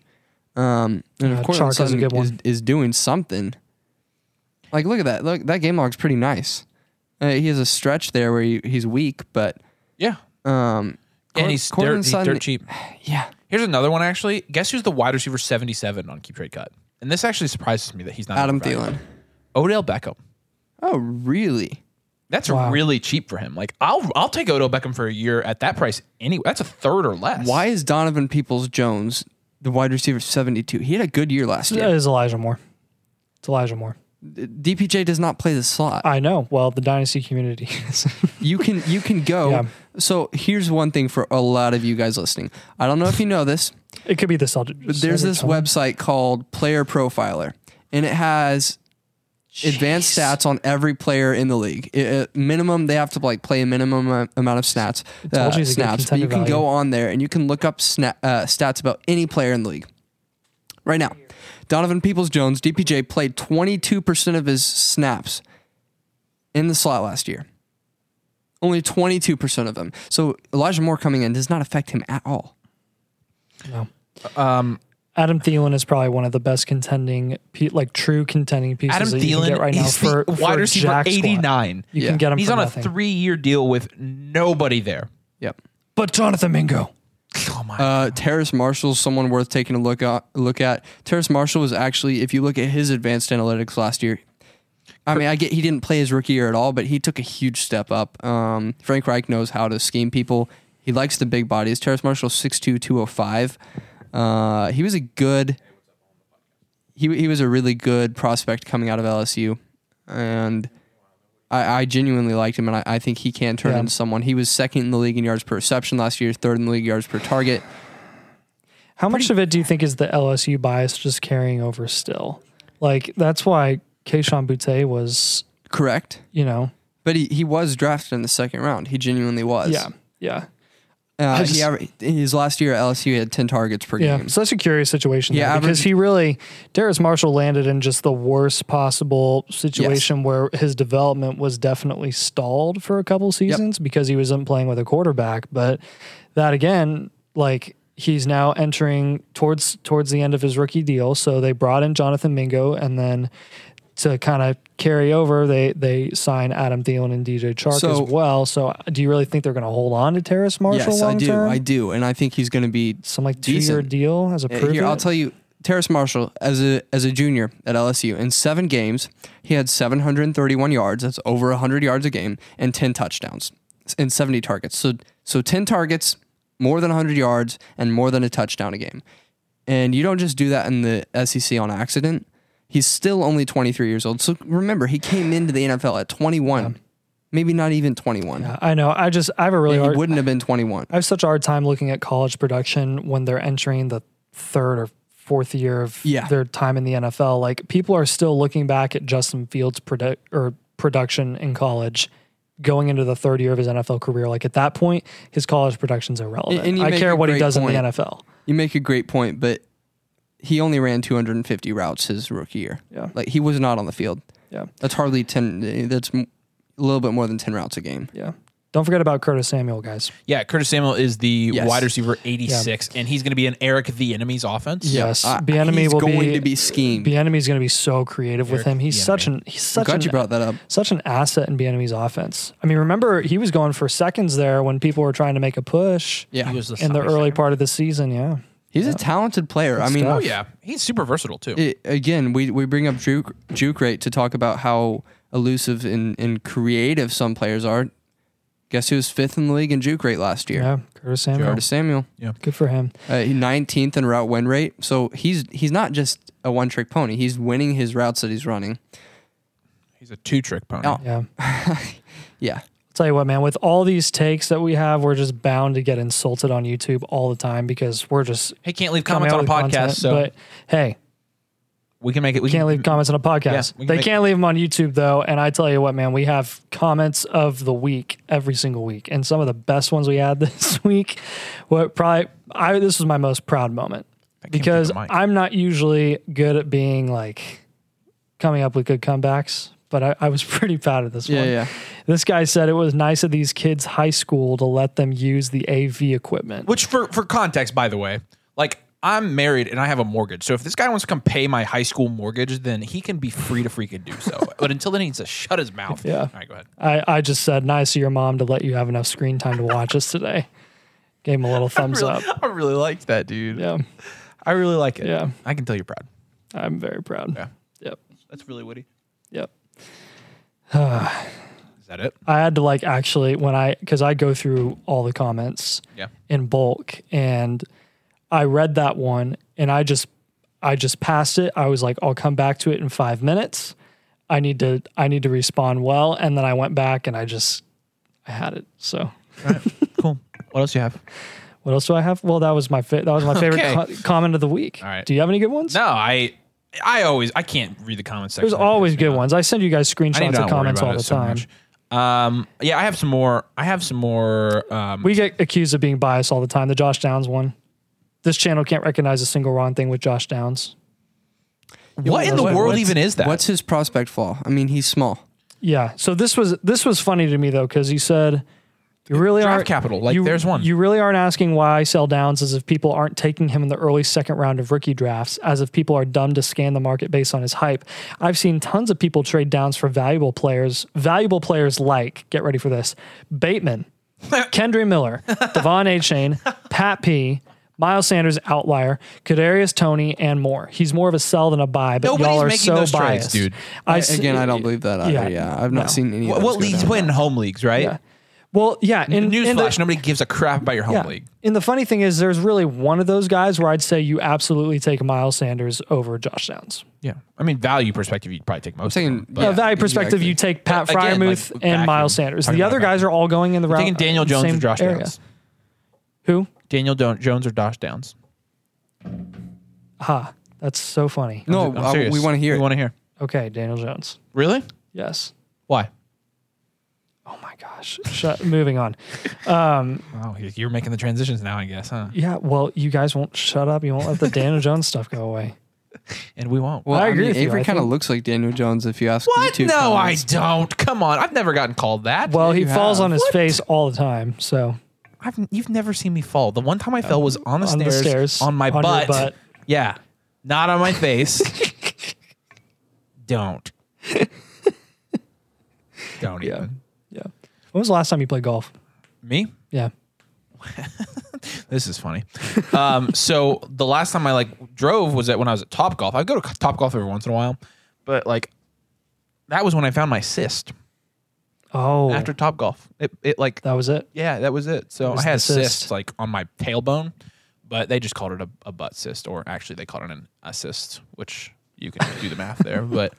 B: Um, and
C: Yeah,
B: of course,
C: Chark is a
B: Sutton
C: good one.
B: is, is doing something. Like, look at that. Look, that game log's pretty nice. Uh, he has a stretch there where he, he's weak, but
A: Yeah.
B: um, Cor-
A: and he's dirt,
B: Cortland
A: he's
B: Sutton-
A: dirt cheap.
B: Yeah,
A: Here's another one, actually. Guess who's the wide receiver 77 on Keep Trade Cut? And this actually surprises me that he's not
B: Adam
A: overvalued.
B: Thielen.
A: Odell Beckham.
B: Oh, really?
A: That's
C: Wow.
A: really cheap for him. Like I'll I'll take Odell Beckham for a year at that price. Anyway, that's a third or less.
B: Why is Donovan Peoples Jones the wide receiver 72? He had a good year last
C: yeah.
B: year.
C: is uh, Elijah Moore. It's Elijah Moore.
B: DPJ does not play the slot.
C: I know. Well, the dynasty community. is-
B: You can you can go.
C: Yeah.
B: So here's one thing for a lot of you guys listening. I don't know if you know this,
C: it could be the Celtics.
B: but there's this website called Player Profiler, and it has advanced stats on every player in the league. It- it- minimum, they have to like play a minimum uh, amount of snaps.
C: told
B: uh,
C: you he's a good
B: snaps, but you
C: contender
B: can go
C: value.
B: on there and you can look up sna- uh, stats about any player in the league. Right now, Donovan Peoples Jones, DPJ, played 22% of his snaps in the slot last year. Only 22% of them. So Elijah Moore coming in does not affect him at all.
C: Adam Thielen is probably one of the best contending, pe- like true contending pieces
A: Adam
C: that you can
A: Thielen
C: get right now
A: is
C: for
A: the wide
C: for
A: receiver
C: jack squat.
A: 89.
C: You
B: Yeah.
C: can get him.
A: He's
C: for
A: on
C: nothing.
A: a three-year deal with nobody there.
B: Yep.
C: But Jonathan Mingo.
A: Oh my!
B: Uh, Terrace Marshall's someone worth taking a look at. Look at Terrace Marshall was actually, if you look at his advanced analytics last year, I mean, I get he didn't play his rookie year at all, but he took a huge step up. Um, Frank Reich knows how to scheme people. He likes the big bodies. Terrace Marshall 6'2", 205. Uh, he was a good. He he was a really good prospect coming out of LSU, and. I, I genuinely liked him, and I, I think he can turn
C: Yeah.
B: into someone. He was second in the league in yards per reception last year, third in the league yards per target.
C: How much of it do you think is the LSU bias just carrying over still? Like that's why Keishawn Butte was,
B: Correct.
C: you know,
B: But he, he was drafted in the second round. He genuinely was.
C: yeah, yeah,
B: Uh,
C: I
B: he
C: just-
B: aver- in his last year at LSU, he had 10 targets per
C: yeah.
B: game.
C: So that's a curious situation.
B: Yeah,
C: Yeah, because
B: average-
C: he really, Darius Marshall landed in just the worst possible situation where his development was definitely stalled for a couple seasons because he wasn't playing with a quarterback. But that again, like he's now entering towards towards the end of his rookie deal. So they brought in Jonathan Mingo, and then to kind of carry over, they they sign Adam Thielen and DJ Chark
B: So-
C: as well. So do you really think they're going to hold on to Terrace Marshall?
B: yes, I
C: long
B: do.
C: term?
B: I do. And I think he's going to be.
C: some like two year
B: Decent.
C: deal as a proof.
B: Uh, Here, I'll
C: it?
B: tell you, Terrace Marshall, as a, as a junior at LSU, in seven games, he had 731 yards. That's over 100 yards a game and 10 touchdowns and 70 targets. So, so 10 targets, more than 100 yards, and more than a touchdown a game. And you don't just do that in the SEC on accident. He's still only 23 years old. So remember, he came into the NFL at 21, maybe not even 21.
C: I know. I just I have a really
B: He
C: hard.
B: wouldn't have been 21.
C: I have such a hard time looking at college production when they're entering the third or fourth year of
B: Yeah.
C: their time in the NFL. Like people are still looking back at Justin Fields' produ- or production in college. Going into the third year of his NFL career, like at that point, his college production's irrelevant.
B: And- and you
C: I
B: make
C: care
B: a
C: what he
B: great
C: does
B: point.
C: in the NFL.
B: You make a great point, but he only ran 250 routes his rookie year.
C: Yeah.
B: Like he was not on the field.
C: Yeah,
B: That's hardly 10 that's m- a little bit more than 10 routes a game.
C: yeah. Don't forget about Curtis Samuel, guys.
A: yeah, Curtis Samuel is the
B: Yes.
A: wide receiver 86, and he's going to be an Eric the Enemy's offense.
C: Yeah. Yes.
B: I-
C: Bieniemy
B: he's
C: will
B: going
C: be-
B: to be schemed.
C: The enemy's going to be so creative with
A: Eric
C: him. He's
A: Bieniemy.
C: such an he's
B: I'm
C: such
B: glad
C: an
B: you brought that up.
C: such an asset in Biennemy's offense. I mean, remember he was going for seconds there when people were trying to make a push
B: Yeah.
A: He was the
C: in the
A: soccer
C: early
A: center.
C: part of the season. Yeah,
B: he's a talented player. I mean,
A: Oh yeah, he's super versatile too.
B: it, again, we, we bring up juke, juke rate to talk about how elusive and, and creative some players are. Guess who was fifth in the league in juke rate last year?
C: yeah. Curtis Samuel,
B: Curtis Samuel.
C: good for him.
B: Uh, he- 19th in route win rate. So he's he's not just a one trick pony. He's winning his routes that he's running.
A: he's a two-trick pony.
B: Oh.
C: Yeah, I'll
B: Yeah.
C: tell you what, man. With all these takes that we have, we're just bound to get insulted on YouTube all the time because we're just
A: He can't leave
C: coming
A: comments
C: out
A: on a
C: with
A: podcast.
C: content.
A: so
C: but hey,
A: We can make it. We
C: Can't
A: can,
C: leave comments on a podcast.
A: we can
C: they
A: make-
C: can't leave them on YouTube though. And I tell you what, man, we have comments of the week every single week, and some of the best ones we had this week. What probably I this was my most proud moment
A: came through
C: because
A: the mic.
C: I'm not usually good at being like coming up with good comebacks, but I, I was pretty proud of this
B: Yeah,
C: one.
B: yeah.
C: This guy said it was nice of these kids high school to let them use the AV equipment.
A: Which, for for context, by the way, like I'm married and I have a mortgage. So if this guy wants to come pay my high school mortgage, then he can be free to freaking do so. but until then, he needs to shut his mouth.
C: Yeah.
A: All right, go ahead.
C: I, I just said, nice of your mom to let you have enough screen time to watch us today. Gave him a little thumbs up.
A: I really liked that, dude.
C: Yeah,
A: I really like it.
C: Yeah.
A: I can tell you're proud.
C: I'm very proud.
A: Yeah.
C: Yep.
A: That's really witty.
C: Yep.
A: Is that it?
C: I had to like actually when I, because I go through all the comments
A: Yeah.
C: in bulk and I read that one and I just, I just passed it. I was like, I'll come back to it in five minutes. I need to, I need to respond well. And then I went back and I just, I had it. So
A: Cool. What else you have?
C: What else do I have? Well, that was my fa- that was my favorite
A: Okay.
C: co- comment of the week.
A: right.
C: Do you have any good ones?
A: No, I I always I can't read the comments section.
C: There's always good ones. I send you guys
A: I need
C: screenshots
A: to
C: of
A: not worry
C: comments
A: about
C: all
A: it
C: the
A: so
C: time.
A: much. Um, yeah, I have some more. I have some more. Um,
C: we get accused of being biased all the time. The Josh Downs one. This channel can't recognize a single wrong thing with Josh Downs.
A: what in the
B: What-
A: world
B: what's-
A: even is that?
B: What's his prospect flaw? I mean, he's small.
C: Yeah. So this was this was funny to me though because he said, "You really
A: Draft
C: aren't
A: capital, like,
C: you-
A: there's one.
C: You really aren't asking why I sell Downs as if people aren't taking him in the early second round of rookie drafts, as if people are dumb to scan the market based on his hype. I've seen tons of people trade Downs for valuable players, valuable players like get ready for this Bateman, Kendry Miller, Devon A. Chain, Pat P. Miles Sanders outlier, Kadarius Tony, and more. He's more of a sell than a buy, but y'all
A: Nobody's
C: are
A: making
C: so
A: those trades,
C: biased,
A: dude.
C: I s-
B: Again, I don't believe that either.
C: yeah,
B: Yeah, I've not
C: no.
B: seen any.
A: what
B: of
A: what
B: those go
A: league? He's
B: down.
A: playing home leagues, right?
C: Yeah. Well, yeah. In, in the-
A: Newsflash: Nobody gives a crap about your home
C: yeah.
A: league.
C: And the funny thing is, there's really one of those guys where I'd say you absolutely take Miles Sanders over Josh Downs.
A: Yeah, I mean value perspective, you'd probably take most.
B: saying-
A: of them, but
C: a value perspective,
B: exactly.
C: you take Pat
A: But again,
C: Fryermuth
A: like,
C: and
A: vacuum,
C: Miles Sanders.
A: talking
C: The
A: about
C: other guys are all going in the round.
A: taking Daniel Jones
C: same
A: or Josh
C: area.
A: Downs.
C: Who?
A: Daniel Don- Jones or Josh Downs.
C: Ha. That's so funny.
B: No,
A: I'm
B: uh,
A: serious.
B: we want to hear.
A: We
B: it.
A: want to hear.
C: Okay, Daniel Jones.
A: Really?
C: Yes.
A: Why?
C: Oh my gosh. Shut, moving on.
A: Oh, you're making the transitions now, I guess, huh?
C: Yeah. Well, you guys won't shut up. You won't let the Daniel Jones stuff go away.
A: And we won't.
B: Well,
C: I
B: I,
C: agree
B: mean,
C: with you,
B: Avery
C: I
B: kind of
C: think-
B: looks like Daniel Jones if you ask
A: What?
B: YouTube.
A: no, I
B: comments.
A: don't. Come on. I've never gotten called that.
C: Well, he
B: you
C: falls
B: have.
C: on his
A: What?
C: face all the time. So
A: I've, you've never seen me fall. The one time I fell was on the,
C: Um, on the
A: stairs,
C: stairs,
A: on my
C: on your
A: butt.
C: butt.
A: Yeah, not on my face. don't. don't
C: Yeah.
A: even.
C: yeah. When was the last time you played golf?
A: Me?
C: Yeah.
A: This is funny. Um, so the last time I like drove was at when I was at Top Golf. I go to Top Golf every once in a while, but like that was when I found my cyst
C: Oh.
A: after Top Golf. It, it like
C: that was it.
A: Yeah, that was it. So
C: was
A: I had
C: the cyst.
A: cysts like on my tailbone, but they just called it a, a butt cyst, or actually they called it an a cyst, which you can do the math there. But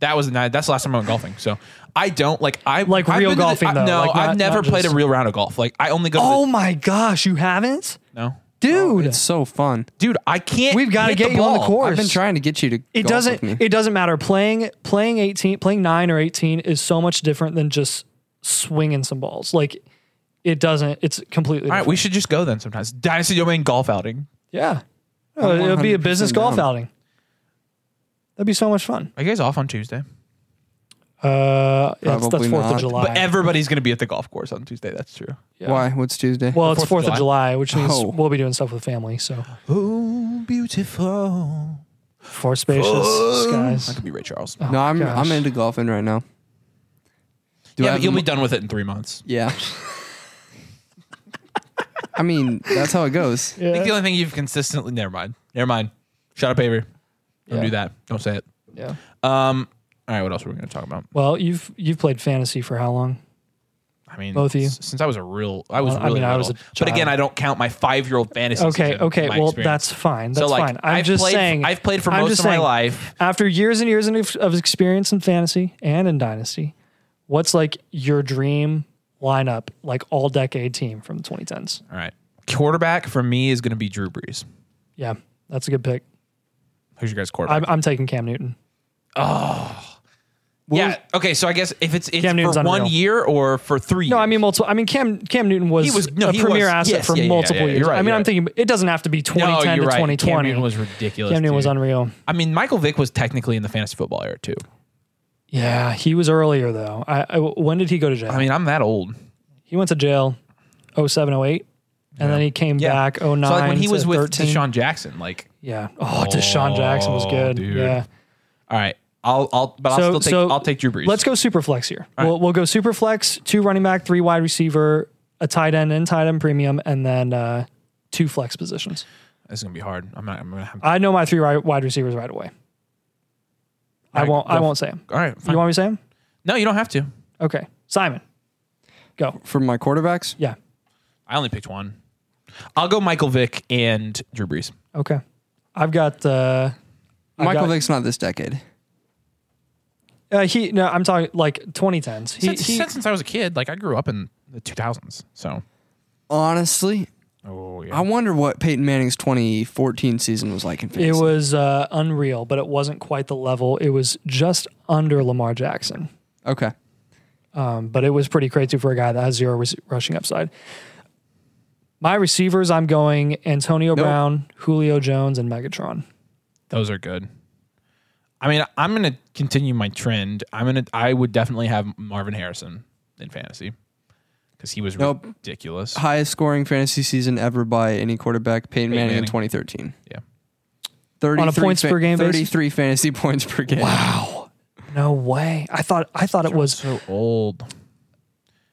A: that was the night. That's the last time I went golfing. So I don't like I
C: Like
A: I've
C: real
A: been to the-
C: golfing,
A: I-
C: though,
A: no,
C: like not-
A: I've never
C: not
A: played
C: just-
A: a real round of golf. Like I only go.
C: Oh
A: Oh
C: my gosh, you haven't?
A: no,
C: Dude.
B: It's so fun.
A: dude, I can't.
C: We've gotta
A: hit
C: get you on the
A: ball.
C: course.
B: I've been trying to get you to.
C: it
B: golf With
C: doesn't
B: me.
C: it doesn't matter. Playing playing 18, playing 9 or 18 is so much different than just swinging some balls. Like it doesn't it's
A: All
C: completely different.
A: right, we should just go then sometimes. Dynasty Domain golf outing.
C: yeah. No,
B: I'm
C: it would be a business
B: 100%
C: golf
B: down.
C: outing. That'd be so much fun.
A: Are you guys off on Tuesday?
C: Uh it's, that's
B: Probably
C: 4th of
B: not. eh,
C: July.
A: But everybody's going to be at the golf course on Tuesday. That's true.
C: yeah.
B: Why? What's Tuesday?
C: well, it's 4th,
A: 4th of
C: of July, which means
B: Oh.
C: we'll be doing stuff with family, so
A: Oh, beautiful.
C: for spacious
A: That
C: skies.
A: could be Ray Charles.
C: Oh.
B: no, I'm
C: gosh.
B: I'm into golfing right now. Do
A: yeah, but
B: I have
A: you'll
B: a
A: be
B: mo-
A: done with it in three months.
B: Yeah. I mean, that's how it goes.
A: I think the
C: Yeah.
A: only thing you've consistently never mind. Never mind. Shut up, Avery. Don't
C: Yeah.
A: do that. Don't say it.
C: yeah.
A: Um all right, what else were we gonna talk about?
C: Well, you've you've played fantasy for how long?
A: I mean
C: Both of you.
A: s- since I was a real I was
C: Well, I
A: really
C: mean, I was
A: little.
C: a
A: But again,
C: child.
A: I don't count my five year old fantasy.
C: Okay,
A: season,
C: okay.
A: my
C: Well,
A: experience.
C: that's fine.
A: so
C: That's
A: like
C: fine. I'm
A: have
C: just
A: played,
C: saying.
A: I've played for
C: I'm
A: most
C: just
A: of my
C: saying,
A: life.
C: After years and years and of- of experience in fantasy and in dynasty, what's like your dream lineup, like all decade team from the 2010s?
A: All right. Quarterback for me is gonna be Drew Brees.
C: Yeah, that's a good pick.
A: Who's your guys' quarterback?
C: I'm, I'm taking Cam Newton.
A: yeah. Okay. So I guess if it's, it's
C: Cam Newton's
A: for one
C: unreal.
A: year or for three.
C: No,
A: years.
C: I mean multiple. I mean Cam Cam Newton was,
A: He was- no,
C: a
A: he
C: premier
A: was-
C: asset
A: yes,
C: for
A: yeah, yeah,
C: multiple
A: yeah, yeah,
C: years.
A: you're right,
C: I mean,
A: you're
C: I'm
A: right.
C: thinking it doesn't have to be
A: No,
C: 2010 to
A: you're right.
C: 2020.
A: Cam Newton was ridiculous.
C: Cam Newton was
A: dude.
C: unreal.
A: I mean, Michael Vick was technically in the fantasy football era too.
C: Yeah, he was earlier though. I, I- when did he go to jail?
A: I mean, I'm that old.
C: he went to jail 07, 08, and then he came
A: Yeah.
C: back 09
A: so like when he
C: to
A: was with
C: 13.
A: Deshaun Jackson, like,
C: Yeah. Oh, Deshaun Jackson was
A: Oh,
C: good.
A: dude.
C: Yeah.
A: all right, I'll, I'll, but I'll
C: So-
A: still take,
C: so
A: I'll take Drew Brees.
C: Let's go super flex here. We'll, we'll go super flex, two running back, three wide receiver, a tight end and tight end premium, and then uh, two flex positions.
A: It's gonna be hard. I'm not. I'm gonna have.
C: I know my three ri- wide receivers right away. I
A: All right,
C: won't.
A: go
C: I
A: f-
C: won't say them.
A: all right. Fine.
C: You want me to say them?
A: no, you don't have to.
C: Okay, Simon. Go.
B: For my quarterbacks,
C: Yeah.
A: I only picked one. I'll go Michael Vick and Drew Brees.
C: Okay. I've got. Uh, I've
B: Michael
C: got-
B: Vick's not this decade.
C: Uh, he no, I'm talking like 2010s. He,
A: since,
C: he-
A: since, since I was a kid, like I grew up in the 2000s. So.
B: Honestly,
A: Oh yeah.
B: I wonder what Peyton Manning's 2014 season was like in
C: it
B: fantasy.
C: was uh, unreal, but it wasn't quite the level. It was just under Lamar Jackson.
B: okay.
C: Um, but it was pretty crazy for a guy that has zero res- rushing upside. My receivers, I'm going Antonio Brown, Julio Jones, and Megatron.
A: Those are good. I mean, I'm gonna continue my trend. I'm gonna. I would definitely have Marvin Harrison in fantasy because he was
B: Nope.
A: ridiculous.
B: Highest scoring fantasy season ever by any quarterback, Peyton, Manning,
A: Manning.
B: in 2013.
A: Yeah.
B: 33
C: On a points per game basis?
B: 33 fantasy points per game.
C: No way. I thought I thought it was
A: So old.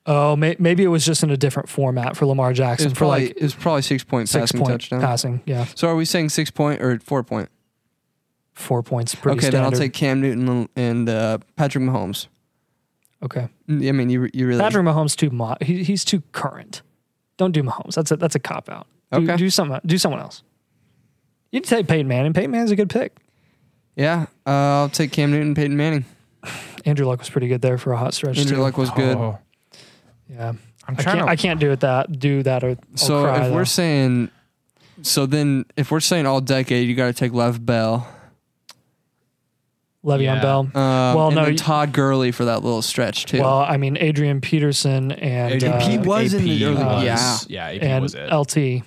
C: oh may, maybe it was just in a different format for Lamar
B: It
C: Jackson
B: was
C: for
B: probably,
C: like
B: it was probably six point
C: six
B: passing
C: point
B: touchdown.
C: passing. Yeah,
B: So are we saying six point or four point?
C: four points. Pretty
B: okay, then I'll
C: standard.
B: take Cam Newton and uh, Patrick Mahomes.
C: Okay,
B: I mean, you you really
C: Mm. Patrick Mahomes too. Mo- he, he's too current. Don't do Mahomes. That's a that's a cop out. Do,
B: Okay.
C: do some do someone else. You can take Peyton Manning. Peyton Manning's a good pick.
B: yeah. Uh, I'll take Cam Newton, Peyton Manning.
C: Andrew Luck was pretty good there for a hot stretch.
B: Andrew
C: too.
B: Luck was good.
A: Oh,
C: Yeah,
A: I'm
C: I
A: trying
C: can't.
A: to.
C: I can't do it that. Do that or I'll
B: so
C: cry,
B: if we're
C: though.
B: saying, so then if we're saying all decade, you got to take Lev Bell.
C: Le'Veon
A: Yeah.
C: Bell.
B: Um,
C: Well,
B: and
C: no,
B: then
C: you-
B: Todd Gurley for that little stretch too.
C: Well, I mean Adrian Peterson and
A: Adrian
C: uh,
B: He was in the early-
A: was-
B: yeah.
A: yeah. AP
C: and
A: was it?
C: LT.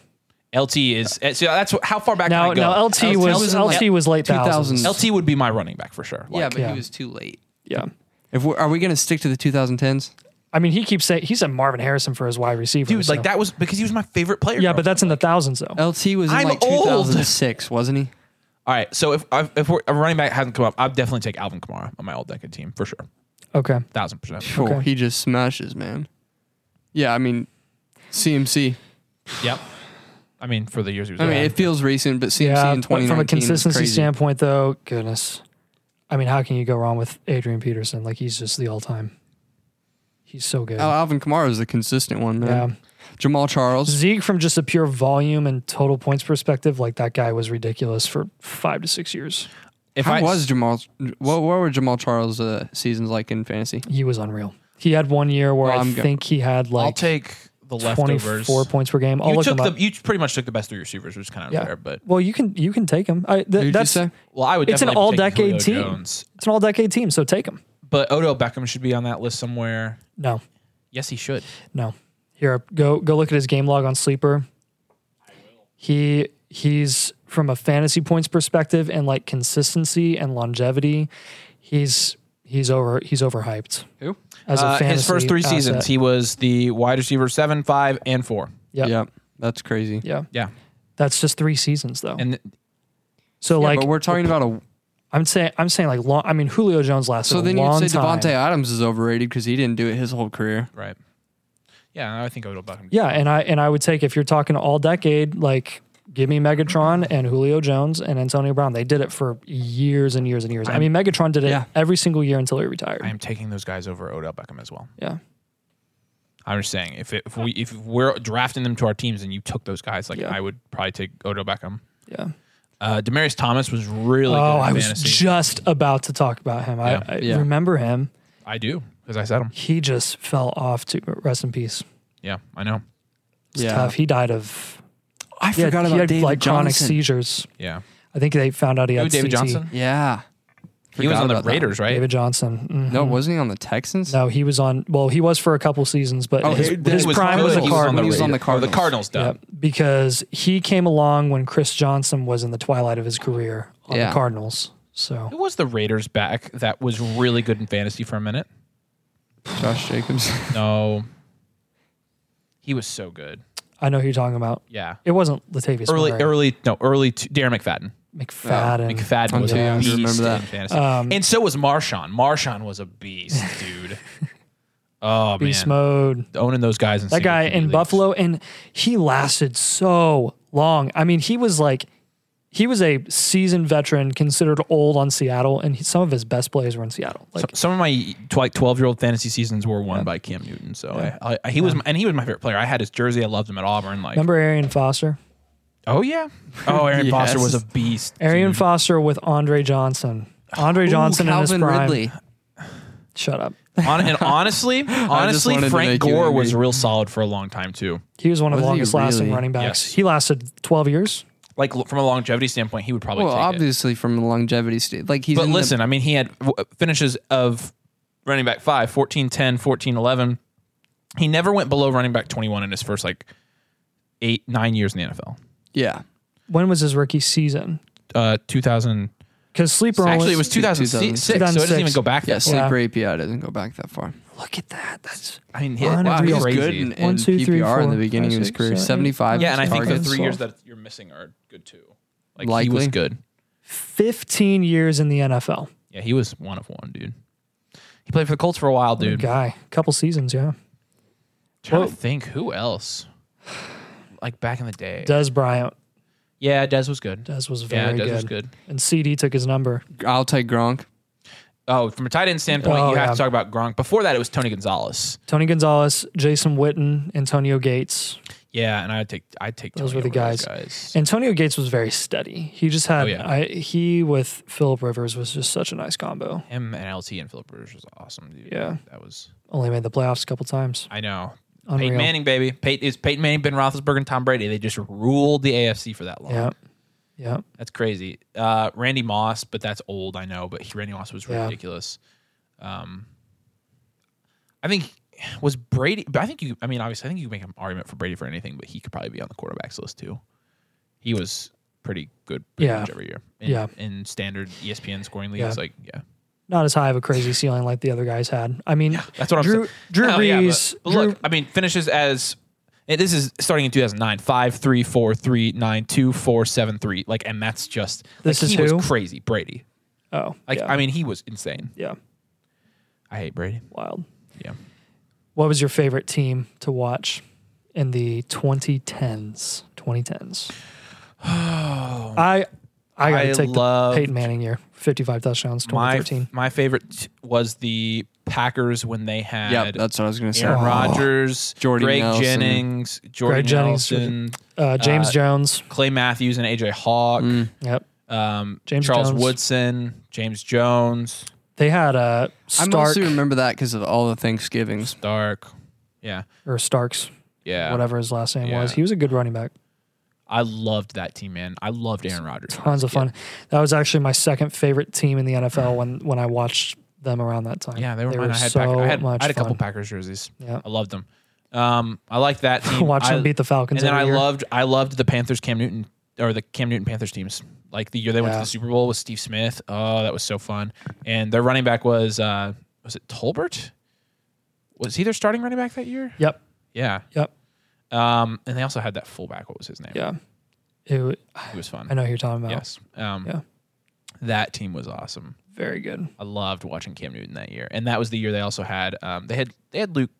A: LT is. eh, So that's what, how far back
C: Now,
A: can I go.
C: now LT, was
B: was in,
C: LT
B: like,
C: was late
B: 2000s.
C: thousands.
A: LT would be my running back for sure. Like,
B: yeah, but
C: yeah.
B: he was too late.
C: Yeah,
B: If we're, are we going to stick to the 2010s?
C: I mean he keeps saying he said Marvin Harrison for his wide receiver.
A: dude,
C: so-
A: like that was because he was my favorite player.
C: Yeah,
A: growing
C: but that's in the thousands though.
B: LT was in
A: I'm
B: like
A: old.
B: 2006, wasn't he?
A: All right, so if I've- if we're, a running back hasn't come up, I'd definitely take Alvin Kamara on my all decade team for sure,
C: Okay.
A: thousand percent.
B: Phew,
C: Okay.
B: He just smashes, man. Yeah, I mean, CMC.
A: Yep. I mean, for the years he was.
B: I mean,
A: there.
B: it feels recent, but CMC
C: Yeah,
B: in
C: but from
B: 2019
C: a
B: was
C: consistency
B: crazy.
C: standpoint though, goodness. I mean, how can you go wrong with Adrian Peterson? Like he's just the all-time. He's so good.
B: Al- Alvin Kamara is the consistent one,
C: yeah.
B: man. Jamal Charles.
C: Zeke, from just a pure volume and total points perspective, like that guy was ridiculous for five to six years.
A: if
B: How
A: I
B: was Jamal? What, what were Jamal Charles' uh, seasons like in fantasy?
C: He was unreal. He had one year where
B: Well,
C: I
B: I'm go-
C: think he had
A: I'll
C: like
A: take the leftovers.
C: 24 points per game. I'll
A: you
C: look
A: took
C: him
A: the
C: up.
A: you pretty much took the best three receivers, which is kind of
C: Yeah.
A: unfair. But
C: well, you can you can take him. I, th-
B: Who'd you
C: that's
B: say?
A: well, I would.
C: It's an
A: definitely be taking
C: all-decade
A: Julio
C: team.
A: Jones.
C: it's an all decade team, so take him.
A: but Odell Beckham should be on that list somewhere.
C: No,
A: Yes, he should.
C: no. Here, go go look at his game log on Sleeper. He he's from a fantasy points perspective and like consistency and longevity, he's he's over he's overhyped
B: Who?
C: as a
A: Uh,
C: fantasy.
A: his first three
C: asset.
A: seasons, he was the wide receiver seven, five, and four.
C: Yep.
B: Yeah, that's crazy.
C: Yeah.
A: Yeah,
C: That's just three seasons though.
A: and
C: so
B: Yeah,
C: like
B: but we're talking about a.
C: I'm saying I'm saying like long I mean Julio Jones lasted
B: So then
C: a
B: you'd
C: long
B: say
C: time.
B: Devonte Adams is overrated because he didn't do it his whole career.
A: right. Yeah, I think Odell Beckham.
C: Yeah, and I and I would take if you're talking all decade, like give me Megatron and Julio Jones and Antonio Brown. They did it for years and years and years. i mean, Megatron did it
B: yeah.
C: every single year until he retired.
A: I am taking those guys over Odell Beckham as well.
C: yeah,
A: I'm just saying if it, if we if we're drafting them to our teams and you took those guys, like
C: Yeah.
A: I would probably take Odell Beckham.
C: yeah.
A: Uh, Demarius Thomas was really good.
C: oh,
A: in
C: I was
A: fantasy.
C: just about to talk about him.
A: Yeah.
C: I, I
B: Yeah.
C: remember him.
A: I do because I said him.
C: He just fell off. To rest in peace.
A: Yeah, I know.
C: It's tough. He died of.
B: I
C: He had,
B: forgot
C: he
B: about
C: had
B: David
C: like chronic
B: Johnson.
C: seizures.
A: Yeah,
C: I think they found out he had
A: Who, Oh, David
C: CT.
A: Johnson?
B: Yeah.
A: he was
B: Forgot
A: on the
B: about that.
A: Raiders, right?
C: David Johnson. Mhm.
B: No, wasn't he on the Texans?
C: No, he was on. Well, he was for a couple seasons, but
B: Oh,
C: his,
B: he-
C: his
B: he was
C: prime was
B: good.
C: a
B: He was
C: card.
B: on the He was on the
A: Raiders. Or the Cardinals, duh.
C: Yep, because he came along when Chris Johnson was in the twilight of his career on
B: Yeah.
C: the Cardinals. So
A: Who was the Raiders back that was really good in fantasy for a minute?
B: Josh Jacobs.
A: No. He was so good.
C: I know who you're talking about.
A: Yeah.
C: It wasn't Latavius
A: Early,
C: Murray.
A: early, no, early. T- Darren McFadden.
C: McFadden.
A: McFadden was
B: too
A: a
B: young to
A: beast
B: remember that.
A: in fantasy,
C: Um,
A: and so was Marshawn. Marshawn was a beast, dude. oh
C: Beast
A: man,
C: mode.
A: owning those guys. In
C: That guy
A: single-QB
C: in
A: leagues.
C: Buffalo, and he lasted so long. I mean, he was like, he was a seasoned veteran, considered old on Seattle, and he, some of his best plays were in Seattle. Like,
A: So- some of my tw- like twelve year old fantasy seasons were won by Cam Newton. So I, I, he was, my- and he was my favorite player. I had his jersey. I loved him at Auburn. Like,
C: remember Arian Foster?
A: oh yeah, oh Aaron
B: Yes.
A: Foster was a beast.
C: Arian
A: dude.
C: Foster with Andre Johnson. Andre Johnson in his
B: Calvin
C: prime.
B: Ridley.
C: Shut up.
A: Hon- and honestly,
B: wanted
A: honestly,
B: to
A: Frank
B: make you
A: Gore was
B: angry.
A: real solid for a long time too.
C: He was one of the
B: Was he
C: longest lasting
B: really?
C: running backs.
A: Yes.
C: He lasted 12 years.
A: Like l- from a longevity standpoint, he would probably.
B: Well,
A: take it.
B: obviously from the longevity state. Like he's
A: But
B: in the-
A: listen, I mean, he had w- finishes of running back 5, 14, 10, 14, 11. He never went below running back 21 in his first like eight, nine years in the NFL.
B: yeah.
C: When was his rookie season?
A: Uh, 2000.
C: Because sleeper
A: Actually, it was
C: always-
A: 2006, so it doesn't
C: 2006.
A: even go back
B: Yeah,
A: that far.
B: sleep
C: Yeah.
B: rape, yeah, it doesn't go back that far.
C: Look at that. That's
A: I mean,
C: Wow,
A: he
C: he
A: was
C: was
A: crazy.
B: good in, in
C: One, two,
B: PPR
C: three,
B: in
C: four,
B: the beginning
C: five,
B: of his
C: six,
B: career.
C: seven, eight.
B: 75
A: yeah, and I think the
B: targets.
A: three
C: Arkansas.
A: years that you're missing are good too. Like he was
B: Likely.
A: good.
C: 15 years in the NFL.
A: Yeah, he was one of one, dude. He played for the Colts for a while,
C: Good
A: dude.
C: guy. Couple seasons, yeah.
A: Trying to
C: Well-
A: think who else. Like back in the day.
C: Des Bryant.
A: yeah, Dez was good.
C: Des was
A: yeah,
C: very
A: Dez
C: good.
A: was good.
C: And CD took his number.
B: I'll take Gronk.
A: Oh, from a tight end standpoint,
C: Oh,
A: you have
C: yeah.
A: to talk about Gronk. Before that, it was Tony Gonzalez.
C: Tony Gonzalez, Jason Witten, Antonio Gates.
A: Yeah, and I would take I take
C: Those
A: Tony
C: were the
A: over those
C: guys.
A: guys.
C: Antonio Gates was very steady. He just had
A: Oh, yeah.
C: I, he with Philip Rivers was just such a nice combo.
A: Him and LT and Philip Rivers was awesome, dude.
C: Yeah.
A: that was
C: Only made the playoffs a couple times.
A: I know.
C: Unreal.
A: Peyton Manning, baby. Peyton is Peyton Manning, Ben Roethlisberger, and Tom Brady. They just ruled the AFC for that long.
C: Yeah. Yeah.
A: That's crazy. Uh, Randy Moss, but that's old, I know. But he- Randy Moss was
C: Yeah.
A: ridiculous. Um, I think was Brady. But I think you. I mean, obviously, I think you can make an argument for Brady for anything, but he could probably be on the quarterbacks list too. He was pretty good, pretty
C: Yeah.
A: much every year. In,
C: Yeah.
A: in standard E ESPN scoring leagues,
C: Yeah.
A: like yeah,
C: Not as high of a crazy ceiling like the other guys had. I mean,
A: that's what I'm
C: Drew,
A: saying.
C: Drew
A: No, yeah, but-
C: Brees.
A: but
C: Drew,
A: look, I mean, finishes as. and this is starting in 2009, five, three, four, three, nine, two, four, seven, three. Like, and that's just
C: This
A: like,
C: is
A: he
C: who?
A: was crazy, Brady.
C: oh,
A: Like,
C: yeah,
A: I mean, he was insane.
C: yeah,
A: I hate Brady.
C: wild.
A: Yeah.
C: What was your favorite team to watch in the 2010s? 2010s. I I gotta
A: I
C: take
A: love-
C: the Peyton Manning year, 55 touchdowns,
A: My
C: 2013.
A: my favorite was the Packers when they had
B: Yeah, that's what I was going to say.
A: Aaron Rodgers,
B: Jordy
A: Greg
B: Nelson.
A: Jennings, Jordy
C: Greg Jennings,
A: Nelson,
C: uh, James
A: uh,
C: Jones.
A: Clay Matthews, and AJ Hawk,
C: Yep.
A: um,
C: James
A: Charles
C: Jones.
A: Woodson, James Jones,
C: They had uh,
B: I
C: Stark
B: mostly remember that because of all the Thanksgivings.
A: Dark. Yeah,
C: or Starks,
A: yeah.
C: whatever his last name was.
A: Yeah.
C: He was a good running back.
A: I loved that team, man. I loved Aaron Rodgers.
C: Tons of fun. That was actually my second favorite team in the NFL when when I watched them around that time.
A: Yeah, they were
C: They
A: mine.
C: were
A: I had,
C: so
A: Packer- I had,
C: much
A: I had a couple
C: fun.
A: Packers jerseys.
C: Yeah.
A: I loved them. Um, I liked that team.
C: Watch
A: I,
C: them beat the Falcons.
A: And then I
C: every year.
A: loved I loved the Panthers Cam Newton or the Cam Newton Panthers teams. Like the year they went to
C: Yeah.
A: the Super Bowl with Steve Smith. Oh, that was so fun. And their running back was uh was it Tolbert? Was he their starting running back that year?
C: Yep.
A: Yeah.
C: Yep.
A: Um and they also had that fullback. What was his name?
C: Yeah. It, w-
A: He was fun.
C: I know who you're talking about.
A: Yes. Um
C: Yeah.
A: that team was awesome.
C: Very good.
A: I loved watching Cam Newton that year. And that was the year they also had um they had they had Luke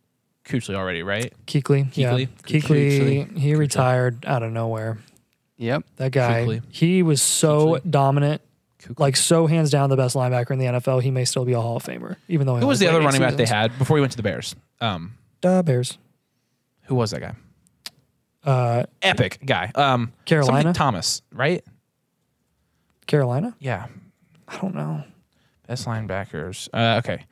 A: Kuechly already, right?
C: Keekly.
A: Kuechly?
C: Yeah. Keekly. He retired out of nowhere.
B: Yep.
C: That guy.
A: Kuechly.
C: He was so
A: Kuechly.
C: dominant.
A: Kuechly.
C: Like so hands down the best linebacker in the NFL. He may still be a Hall of Famer, even though he
A: Who was
C: only
A: the other
C: played
A: running
C: eight
A: back they
C: seasons.
A: had before he went to the Bears? Um
C: Uh, Bears.
A: who was that guy?
C: Uh,
A: epic guy. Um,
C: Carolina?
A: something Thomas, right?
C: Carolina.
A: Yeah,
C: I don't know.
A: best linebackers. Uh, okay,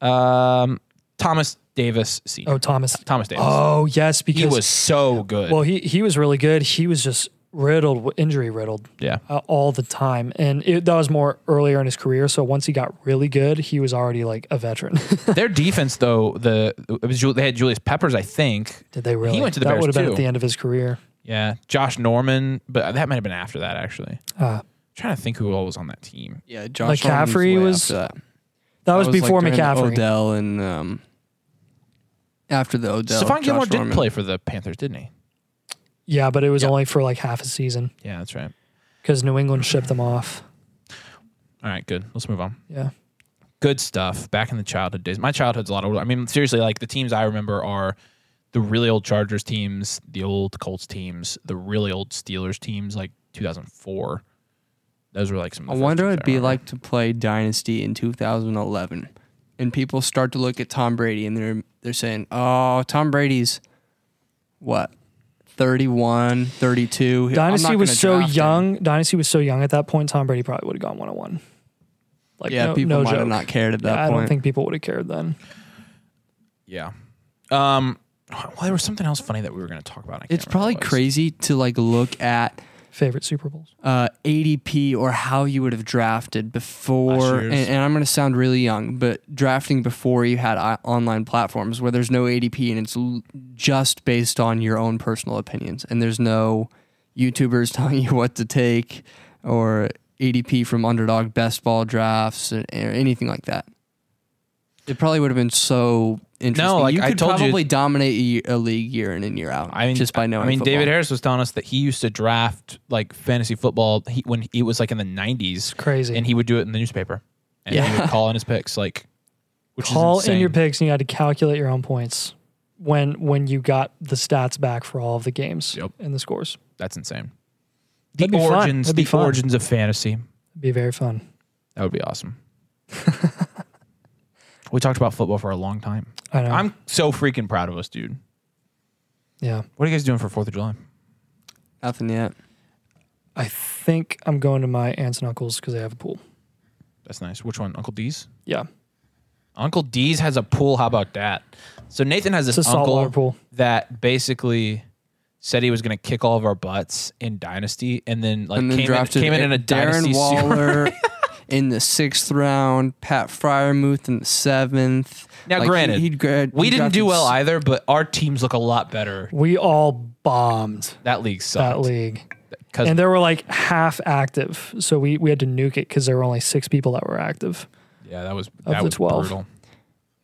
A: um, Thomas Davis Senior.
C: Oh, Thomas.
A: Thomas Davis.
C: Oh yes, because
A: he was so good.
C: Well, he he was really good. He was just riddled, with- injury riddled
A: Yeah.
C: uh, all the time. And it, that was more earlier in his career. So once he got really good, he was already like a veteran.
A: Their defense, though, the it was, Ju- they had Julius Peppers, I think.
C: Did they really?
A: He went to the
C: that
A: Bears,
C: would have been
A: too.
C: at the end of his career.
A: Yeah, Josh Norman, but that might have been after that actually.
C: Uh,
A: I'm trying to think who all was on that team.
B: Yeah, Josh
C: McCaffrey
B: Norman
C: was-
B: after that.
C: that was,
B: like,
C: before
B: during the
C: McCaffrey.
B: Odell and um, after the Odell.
A: Stephon
B: Josh
A: Gilmore did
B: Norman.
A: play for the Panthers, didn't he?
C: Yeah, but it was only for like half a season
A: Yeah, that's right.
C: because New England shipped them off.
A: All right, good. Let's move on.
C: Yeah.
A: Good stuff. Back in the childhood days. My childhood's a lot older. I mean, seriously, like the teams I remember are the really old Chargers teams, the old Colts teams, the really old Steelers teams, like 2004. Those were like some.
B: I
A: of the first
B: wonder what
A: teams
B: it'd be
A: remember.
B: like to play Dynasty in 2011, and people start to look at Tom Brady and they're they're saying, "Oh, Tom Brady's what, 31, 32." I'm
C: Dynasty
B: not
C: was
B: gonna
C: so
B: draft him."
C: young. Dynasty was so young at that point. Tom Brady probably would have gone 101. Like,
B: yeah,
C: no,
B: people
C: no
B: might have
C: joke.
B: not cared at that
C: I
B: point.
C: don't think people would have cared then.
A: Yeah. Um. Well, there was something else funny that we were going to talk about. and I can't
B: it's
A: remember
B: probably
A: what it was.
B: crazy to like look at
C: Favorite Super Bowls.
B: uh, ADP or how you would have drafted before.
A: Last
B: And,
A: year's.
B: and I'm going to sound really young, but drafting before you had I- online platforms where there's no ADP and it's l- just based on your own personal opinions, and there's no YouTubers telling you what to take or ADP from underdog best ball drafts or, or anything like that. It probably would have been so interesting.
A: like
B: you
A: I
B: could
A: told you-
B: probably dominate a, ye- a league year in and year out.
A: I mean,
B: just by knowing.
A: I mean, David
B: football.
A: Harris was telling us that he used to draft like fantasy football he, when he was like in the '90s,
C: Crazy.
A: and he would do it in the newspaper, and he
B: Yeah.
A: would call in his picks, like which
C: Call
A: is
C: in your
A: picks.
C: picks and you had to calculate your own points when when you got the stats back for all of the games
A: Yep.
C: and the scores.
A: That's insane. The
C: That'd be fun.
A: origins,
C: That'd be
A: the
C: fun.
A: origins of fantasy.
C: It'd be very fun.
A: That would be awesome. we talked about football for a long time.
C: I know.
A: I'm so freaking proud of us, dude.
C: yeah.
A: What are you guys doing for Fourth of July?
B: Nothing yet.
C: I think I'm going to my aunts and uncles because they have a pool.
A: That's nice. Which one, Uncle D's?
C: Yeah.
A: Uncle D's has a pool. How about that? So Nathan has this
C: It's a saltwater
A: uncle
C: pool.
A: that basically said he was going to kick all of our butts in Dynasty, and then like
B: and then
A: came, in,
B: drafted
A: came in in a Dynasty
B: Darren
A: suit.
B: Waller in the sixth round, Pat Fryermuth in the seventh.
A: Now,
B: Like, he-
A: granted,
B: he'd gra-
A: we
B: he
A: didn't do
B: drafted
A: well
B: s-
A: either, but our teams look a lot better.
C: We all bombed
A: That league
C: that
A: sucked.
C: league.
A: 'Cause-
C: and there were like half active. So we, we had to nuke it because there were only six people that were active.
A: yeah, that was
C: Of
A: that
C: the
A: was
C: 12.
A: brutal.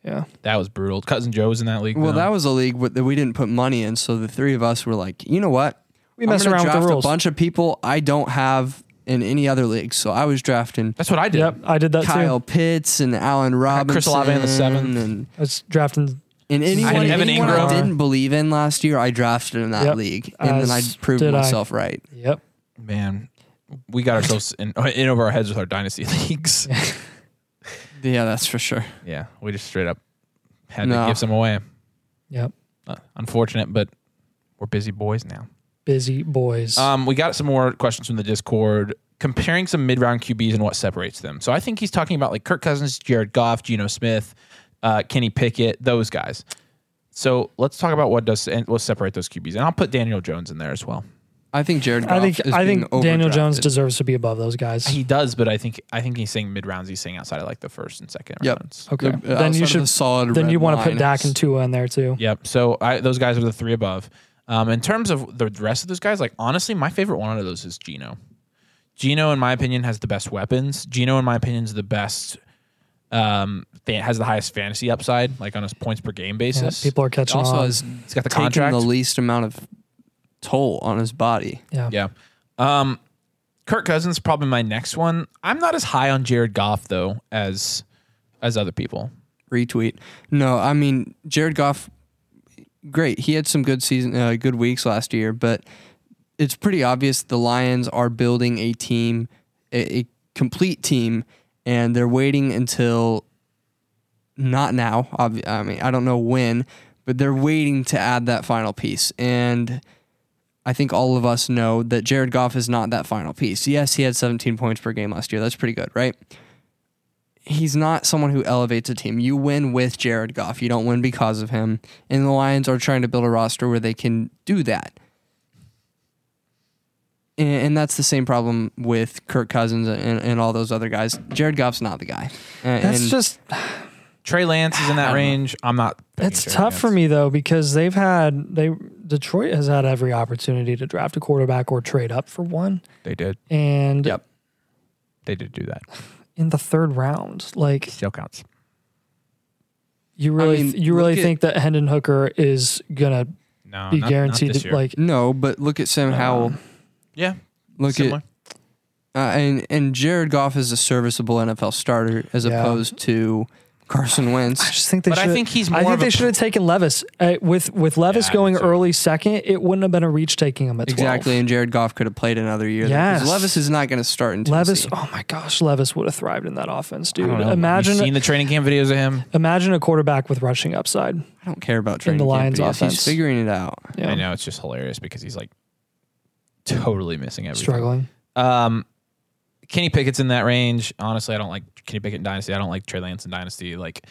C: Yeah.
A: That was brutal. Cousin Joe was in that league.
B: well,
A: though.
B: that was a league wh- that we didn't put money in, so the three of us were like, you know what?
C: We
B: I'm
C: messed
B: gonna
C: around with the
B: draft
C: rules.
B: A bunch of people I don't have in any other league, so I was drafting
A: that's what I did.
C: Yep. I did that
B: Kyle
C: too.
B: Pitts and Allen Robinson,
A: Chris Olave in the seventh.
B: and,
C: I was drafting.
B: and anyone,
A: had Evan
B: anyone I
A: Ingram.
B: didn't believe in last year, I drafted in that
C: Yep.
B: league, and
C: As
B: then I proved
C: did I.
B: myself right.
C: Yep.
A: Man, we got ourselves in, in over our heads with our Dynasty leagues.
B: Yeah, that's for sure.
A: yeah, we just straight up had
B: No.
A: to give some away.
C: Yep.
A: Uh, unfortunate, but we're busy boys now.
C: Busy boys.
A: Um, we got some more questions from the Discord comparing some mid round QBs and what separates them. So I think he's talking about like Kirk Cousins, Jared Goff, Geno Smith, uh, Kenny Pickett, those guys. So let's talk about what does and what separate those QBs, and I'll put Daniel Jones in there as well.
B: I think Jared. Goff
C: I think
B: is
C: I
B: being
C: think Daniel Jones
B: overdrafted.
C: deserves to be above those guys.
A: He does, but I think I think he's saying mid rounds. He's saying outside of like the first and second
B: Yep.
A: rounds.
C: okay.
B: The-
C: then
B: outside
C: you
B: of
C: should.
B: the solid
C: then
B: red
C: you want to put
B: line,
C: Dak
B: it's-
C: and Tua in there too.
A: Yep. So I, those guys are the three above. Um, in terms of the rest of those guys, like honestly, my favorite one out of those is Gino. Gino, in my opinion, has the best weapons. Gino, in my opinion, is the best. Um, fan, has the highest fantasy upside, like on a points per game
C: Yeah,
A: basis.
C: people are catching
B: also
C: on.
B: has
A: He's got the
B: taken
A: contract.
B: the least amount of toll on his body.
C: yeah.
A: yeah. Um, Kirk Cousins probably my next one. I'm not as high on Jared Goff though as as other people.
B: Retweet. No, I mean Jared Goff. Great, he had some good season, uh, good weeks last year, but it's pretty obvious the Lions are building a team, a, a complete team, and they're waiting until not now. Obvi- I mean, I don't know when, but they're waiting to add that final piece. And I think all of us know that Jared Goff is not that final piece. Yes, he had 17 points per game last year. That's pretty good, right? He's not someone who elevates a team. You win with Jared Goff. You don't win because of him. And the Lions are trying to build a roster where they can do that. And, and that's the same problem with Kirk Cousins and, and all those other guys. Jared Goff's not the guy. And,
C: That's
B: and
C: just
A: Trey Lance is in that range. I'm not. picking
C: It's
A: Trey
C: Um, tough
A: Lance.
C: for me though because they've had they Detroit has had every opportunity to draft a quarterback or trade up for one,
A: They did.
C: and
B: Yep.
A: They did do that.
C: in the third round, like
A: Still counts.
C: you really
B: mean,
C: you really
B: look at-
C: think that Hendon Hooker is gonna
A: No, not-
C: be
A: not
C: guaranteed
A: this
C: to
A: year.
C: like
B: no, but look at
C: Uh,
B: Sam Howell.
A: yeah,
B: Look
A: similar.
B: at uh, and and Jared Goff is a serviceable NFL starter as
C: Yeah.
B: opposed to Carson
C: I
B: Wentz.
C: just think they
A: But I
C: should.
A: think he's
C: I
A: more
C: think
A: of a
C: they should have taken Levis uh, with with Levis
A: Yeah, I
C: going
A: think so.
C: early second. It wouldn't have been a reach taking him at 12.
B: Exactly, and Jared Goff could have played another year. there, 'cause
C: Yes.
B: Levis is not going to start in Tennessee.
C: Levis, oh my gosh, Levis would have thrived in that offense,
A: I
C: dude.
A: don't know. You've
C: Imagine
A: seen the training camp videos of him.
C: imagine a quarterback with rushing upside.
B: I don't care about
C: In
B: training
C: the
B: camp
C: Lions
B: videos.
C: offense.
B: He's figuring it out.
C: Yeah,
A: I know it's just hilarious because he's like totally missing everything.
C: struggling.
A: Um, Kenny Pickett's in that range. Honestly, I don't like Kenny Pickett in Dynasty. I don't like Trey Lance in Dynasty. Like,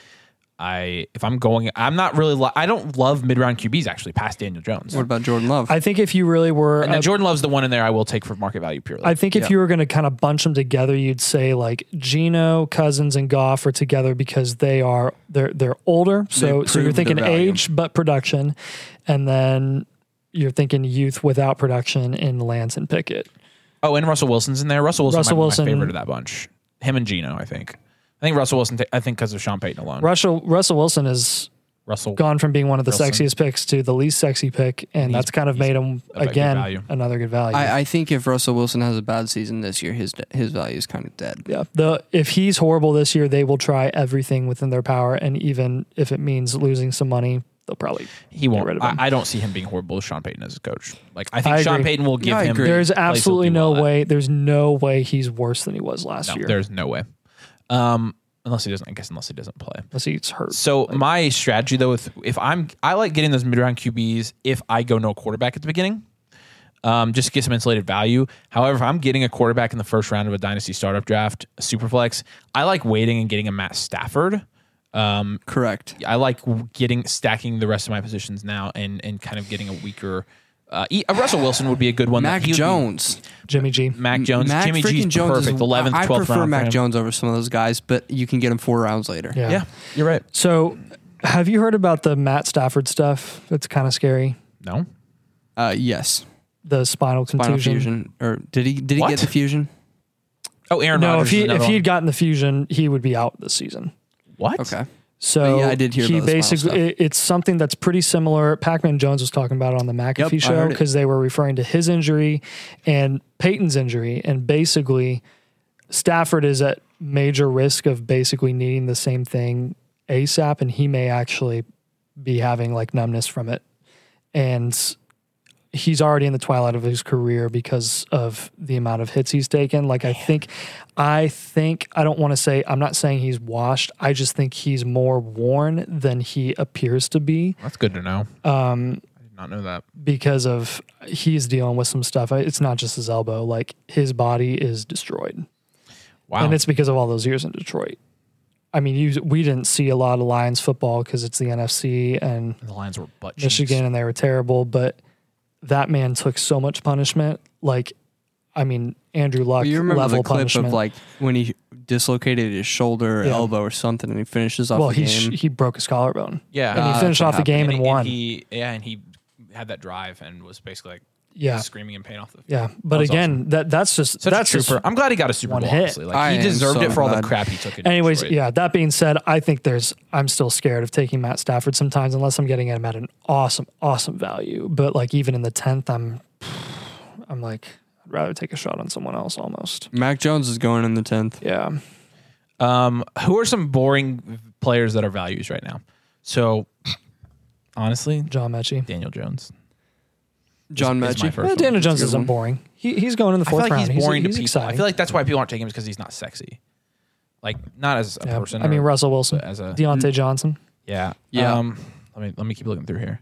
A: I if I'm going, I'm not really. Li- I don't love mid round QBs actually. Past Daniel Jones.
B: What about Jordan Love?
C: I think if you really were
A: and then
C: a-
A: Jordan Love's the one in there I will take for market value purely.
C: I think if you were going to kind of bunch them together, you'd say like Gino, Cousins, and Goff are together because they are they're they're older. So so you're
B: proved their
C: thinking
B: value.
C: age but production, and then you're thinking youth without production in Lance and Pickett.
A: oh, and Russell Wilson's in there. Russell Wilson,
C: Russell
A: might be
C: Wilson-
A: my favorite of that bunch. Him and Gino, I think. I think Russell Wilson. ta- I think because of Sean Payton alone.
C: Russell Russell Wilson has
A: Russell
C: gone from being one of the
A: Wilson.
C: sexiest picks to the least sexy pick, and that's kind of made him
A: a good
C: again
A: value.
C: another good value.
B: I, I think if Russell Wilson has a bad season this year, his his value is kind of dead.
C: yeah, the if he's horrible this year, they will try everything within their power, and even if it means losing some money, they'll probably
A: He won't.
C: rid of him.
A: I, I don't see him being horrible as Sean Payton as a coach. Like I think
C: I
A: Sean
C: agree.
A: Payton will give
B: I
A: him.
B: agree.
C: There's
A: place he'll
C: absolutely
A: do
C: no
A: well at.
C: way. There's no way he's worse than he was last
A: No,
C: year.
A: there's no way. Um, unless he doesn't. I guess unless he doesn't play.
C: Unless he's hurt.
A: So my strategy though, if, if I'm, I like getting those mid round QBs. If I go no quarterback at the beginning, um, just to get some insulated value. However, if I'm getting a quarterback in the first round of a dynasty startup draft, a super flex, I like waiting and getting a Matt Stafford. Um,
B: Correct.
A: I like getting stacking the rest of my positions now and and kind of getting a weaker. Uh, e- uh, Russell Wilson would be a good one.
B: Mac
A: He would be-
B: Jones.
C: Jimmy G.
A: Mac Jones,
B: Mac
A: Jimmy G's
B: freaking Jones
A: perfect.
B: is
A: 11th, 12th
B: I prefer
A: round. for
B: Mac
A: him.
B: Jones over some of those guys, but you can get him four rounds later.
C: Yeah.
A: Yeah, you're right.
C: So, have you heard about the Matt Stafford stuff? That's kind of scary.
A: No,
B: Uh, yes.
C: The spinal
B: Final
C: contusion.
B: fusion, or did he did he
A: What?
B: get the fusion?
A: oh Aaron
C: No,
A: Rodgers.
C: if he
A: is
C: if
A: another
C: he
A: one.
C: had gotten the fusion, he would be out this season.
A: what?
B: Okay.
C: So
B: Yeah, I did hear
C: he
B: about the spinal
C: basically
B: stuff.
C: it- it's something that's pretty similar. Pac-Man Jones was talking about it on the McAfee
B: I
C: show
B: heard it.
C: because they were referring to his injury and Peyton's injury, and basically Stafford is at major risk of basically needing the same thing ASAP, and he may actually be having like numbness from it, and he's already in the twilight of his career because of the amount of hits he's taken. Like I think, I think I don't want to say I'm not saying he's washed. I just think he's more worn than he appears to be
A: That's good to know. Um, I did not know that.
C: because of he's dealing with some stuff. It's not just his elbow; like his body is destroyed,
A: Wow.
C: and it's because of all those years in Detroit. I mean, you, we didn't see a lot of Lions football because it's the NFC and
A: the Lions were butt cheeks.
C: Michigan and they were terrible, but that man took so much punishment. Like, I mean, Andrew Luck
B: you remember
C: level
B: the clip
C: punishment.
B: of like when he dislocated his shoulder or
C: Yeah.
B: elbow or something, and he finishes off
C: well,
B: the
C: he
B: game.
C: sh- he broke his collarbone.
A: Yeah.
C: and
A: Ah,
C: he finished
B: that's what
C: off the game
A: And
C: and,
A: he-
C: won.
A: and he, yeah, and he had that drive and was basically like
C: yeah,
A: screaming in pain off the.
C: yeah. But
A: That's
C: again, that that's just
A: Such
C: that's
A: a
C: just
A: trooper. I'm glad he got a Super
C: one
A: Bowl.
C: hit.
A: Honestly, like
B: I
A: he
B: am
A: deserved
B: so
A: it for all the
B: glad.
A: crap he took. In
C: Anyways,
A: Detroit.
C: yeah. That being said, I think there's. I'm still scared of taking Matt Stafford sometimes, unless I'm getting him at an awesome, awesome value. But like even in the tenth, I'm, I'm like, I'd rather take a shot on someone else almost.
B: Mac Jones is going in the tenth.
C: Yeah.
A: Um, who are some boring players that are values right now? So, honestly,
C: John Mechie.
A: Daniel Jones.
B: John
A: is my
B: Mechie.
A: first
C: Well,
A: one.
C: Daniel Jones
B: That's a good
C: isn't
B: one.
C: boring. He, he's going in the
A: I feel
C: fourth
A: like
C: round.
A: he's boring
C: he's
A: to people.
C: exciting.
A: I feel like that's why people aren't taking him because he's not sexy. Like not as a
C: Yeah,
A: person.
C: I mean,
A: or-
C: Russell Wilson,
A: as a- Mm-hmm.
C: Deontay Johnson.
A: Yeah.
B: Yeah.
A: Um, let me let me keep looking through here.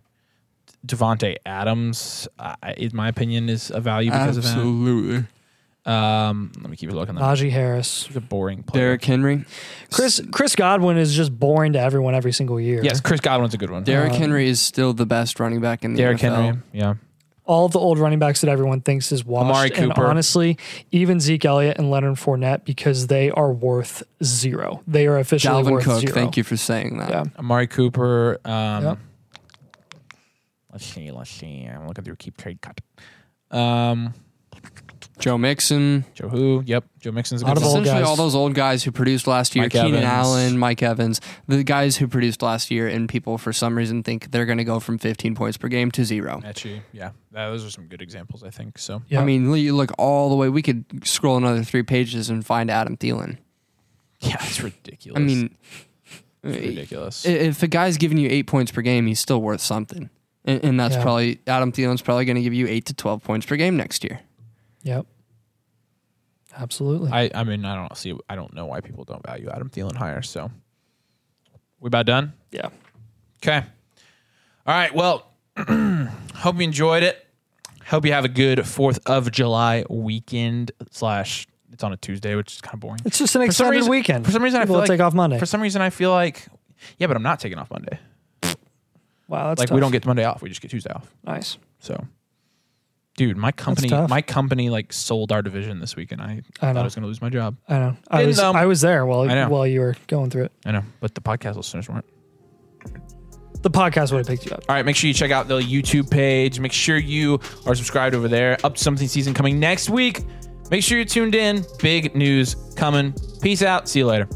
A: Devonte Adams, uh, in my opinion, is a value because
B: Absolutely.
A: of that. Um, let me keep looking. That.
C: Najee Harris,
A: He's a boring player.
B: Derrick Henry.
C: Chris Chris Godwin is just boring to everyone every single year. Um,
A: Yes, Chris Godwin's a good one.
B: Derrick Henry is still the best running back in the
A: Derrick
B: NFL.
A: Henry. Yeah.
C: all the old running backs that everyone thinks is washed.
A: Amari
C: And
A: Cooper.
C: honestly, even Zeke Elliott and Leonard Fournette because they are worth zero. They are officially
B: Dalvin
C: worth
B: Cook,
C: zero.
B: thank you for saying that.
C: Yeah.
A: Amari Cooper. Um,
C: Yep.
A: Let's see. Let's see. I'm looking through keep trade cut. Um,
B: Joe Mixon.
A: Joe Who. Yep. Joe Mixon's a good
C: Out of
A: one.
C: all
B: essentially
C: guys.
B: all those old guys who produced last year,
A: Mike
B: Keenan
A: Evans.
B: Allen, Mike Evans, the guys who produced last year, and people for some reason think they're going to go from 15 points per game to zero.
A: At you. Yeah. Uh, those are some good examples, I think. So
C: Yeah.
B: I mean, you look all the way. We could scroll another three pages and find Adam Thielen.
A: yeah, it's ridiculous.
B: I mean,
A: it's
B: i-
A: ridiculous.
B: if a guy's giving you eight points per game, he's still worth something, and, and that's
C: Yeah.
B: probably Adam Thielen's probably going to give you eight to 12 points per game next year.
C: Yep. Absolutely.
A: I, I mean, I don't see. I don't know why people don't value Adam Thielen higher. So we about done.
C: yeah.
A: Okay. All right. Well, hope you enjoyed it. Hope you have a good Fourth of July weekend. Slash, it's on a Tuesday, which is kind of boring.
C: It's just an
A: For some
C: extended
A: reason-
C: weekend.
A: For some reason,
C: People
A: I feel like
C: take off Monday.
A: For some reason, I feel like, yeah, but I'm not taking off Monday.
C: wow, that's
A: like we don't get Monday off; we just get Tuesday off.
C: nice.
A: So, dude, my company,
C: tough.
A: my company, like sold our division this week, and I, thought
C: I
A: I
C: know.
A: was going to lose my job.
C: I know. I
A: Didn't,
C: was
A: um,
C: I was there while
A: I know.
C: while you were going through it.
A: I know, but the podcast listeners weren't.
C: The podcast would have picked you up.
A: All right, make sure you check out the YouTube page. Make sure you are subscribed over there. Up to something season coming next week. Make sure you're tuned in. Big news coming. Peace out. See you later.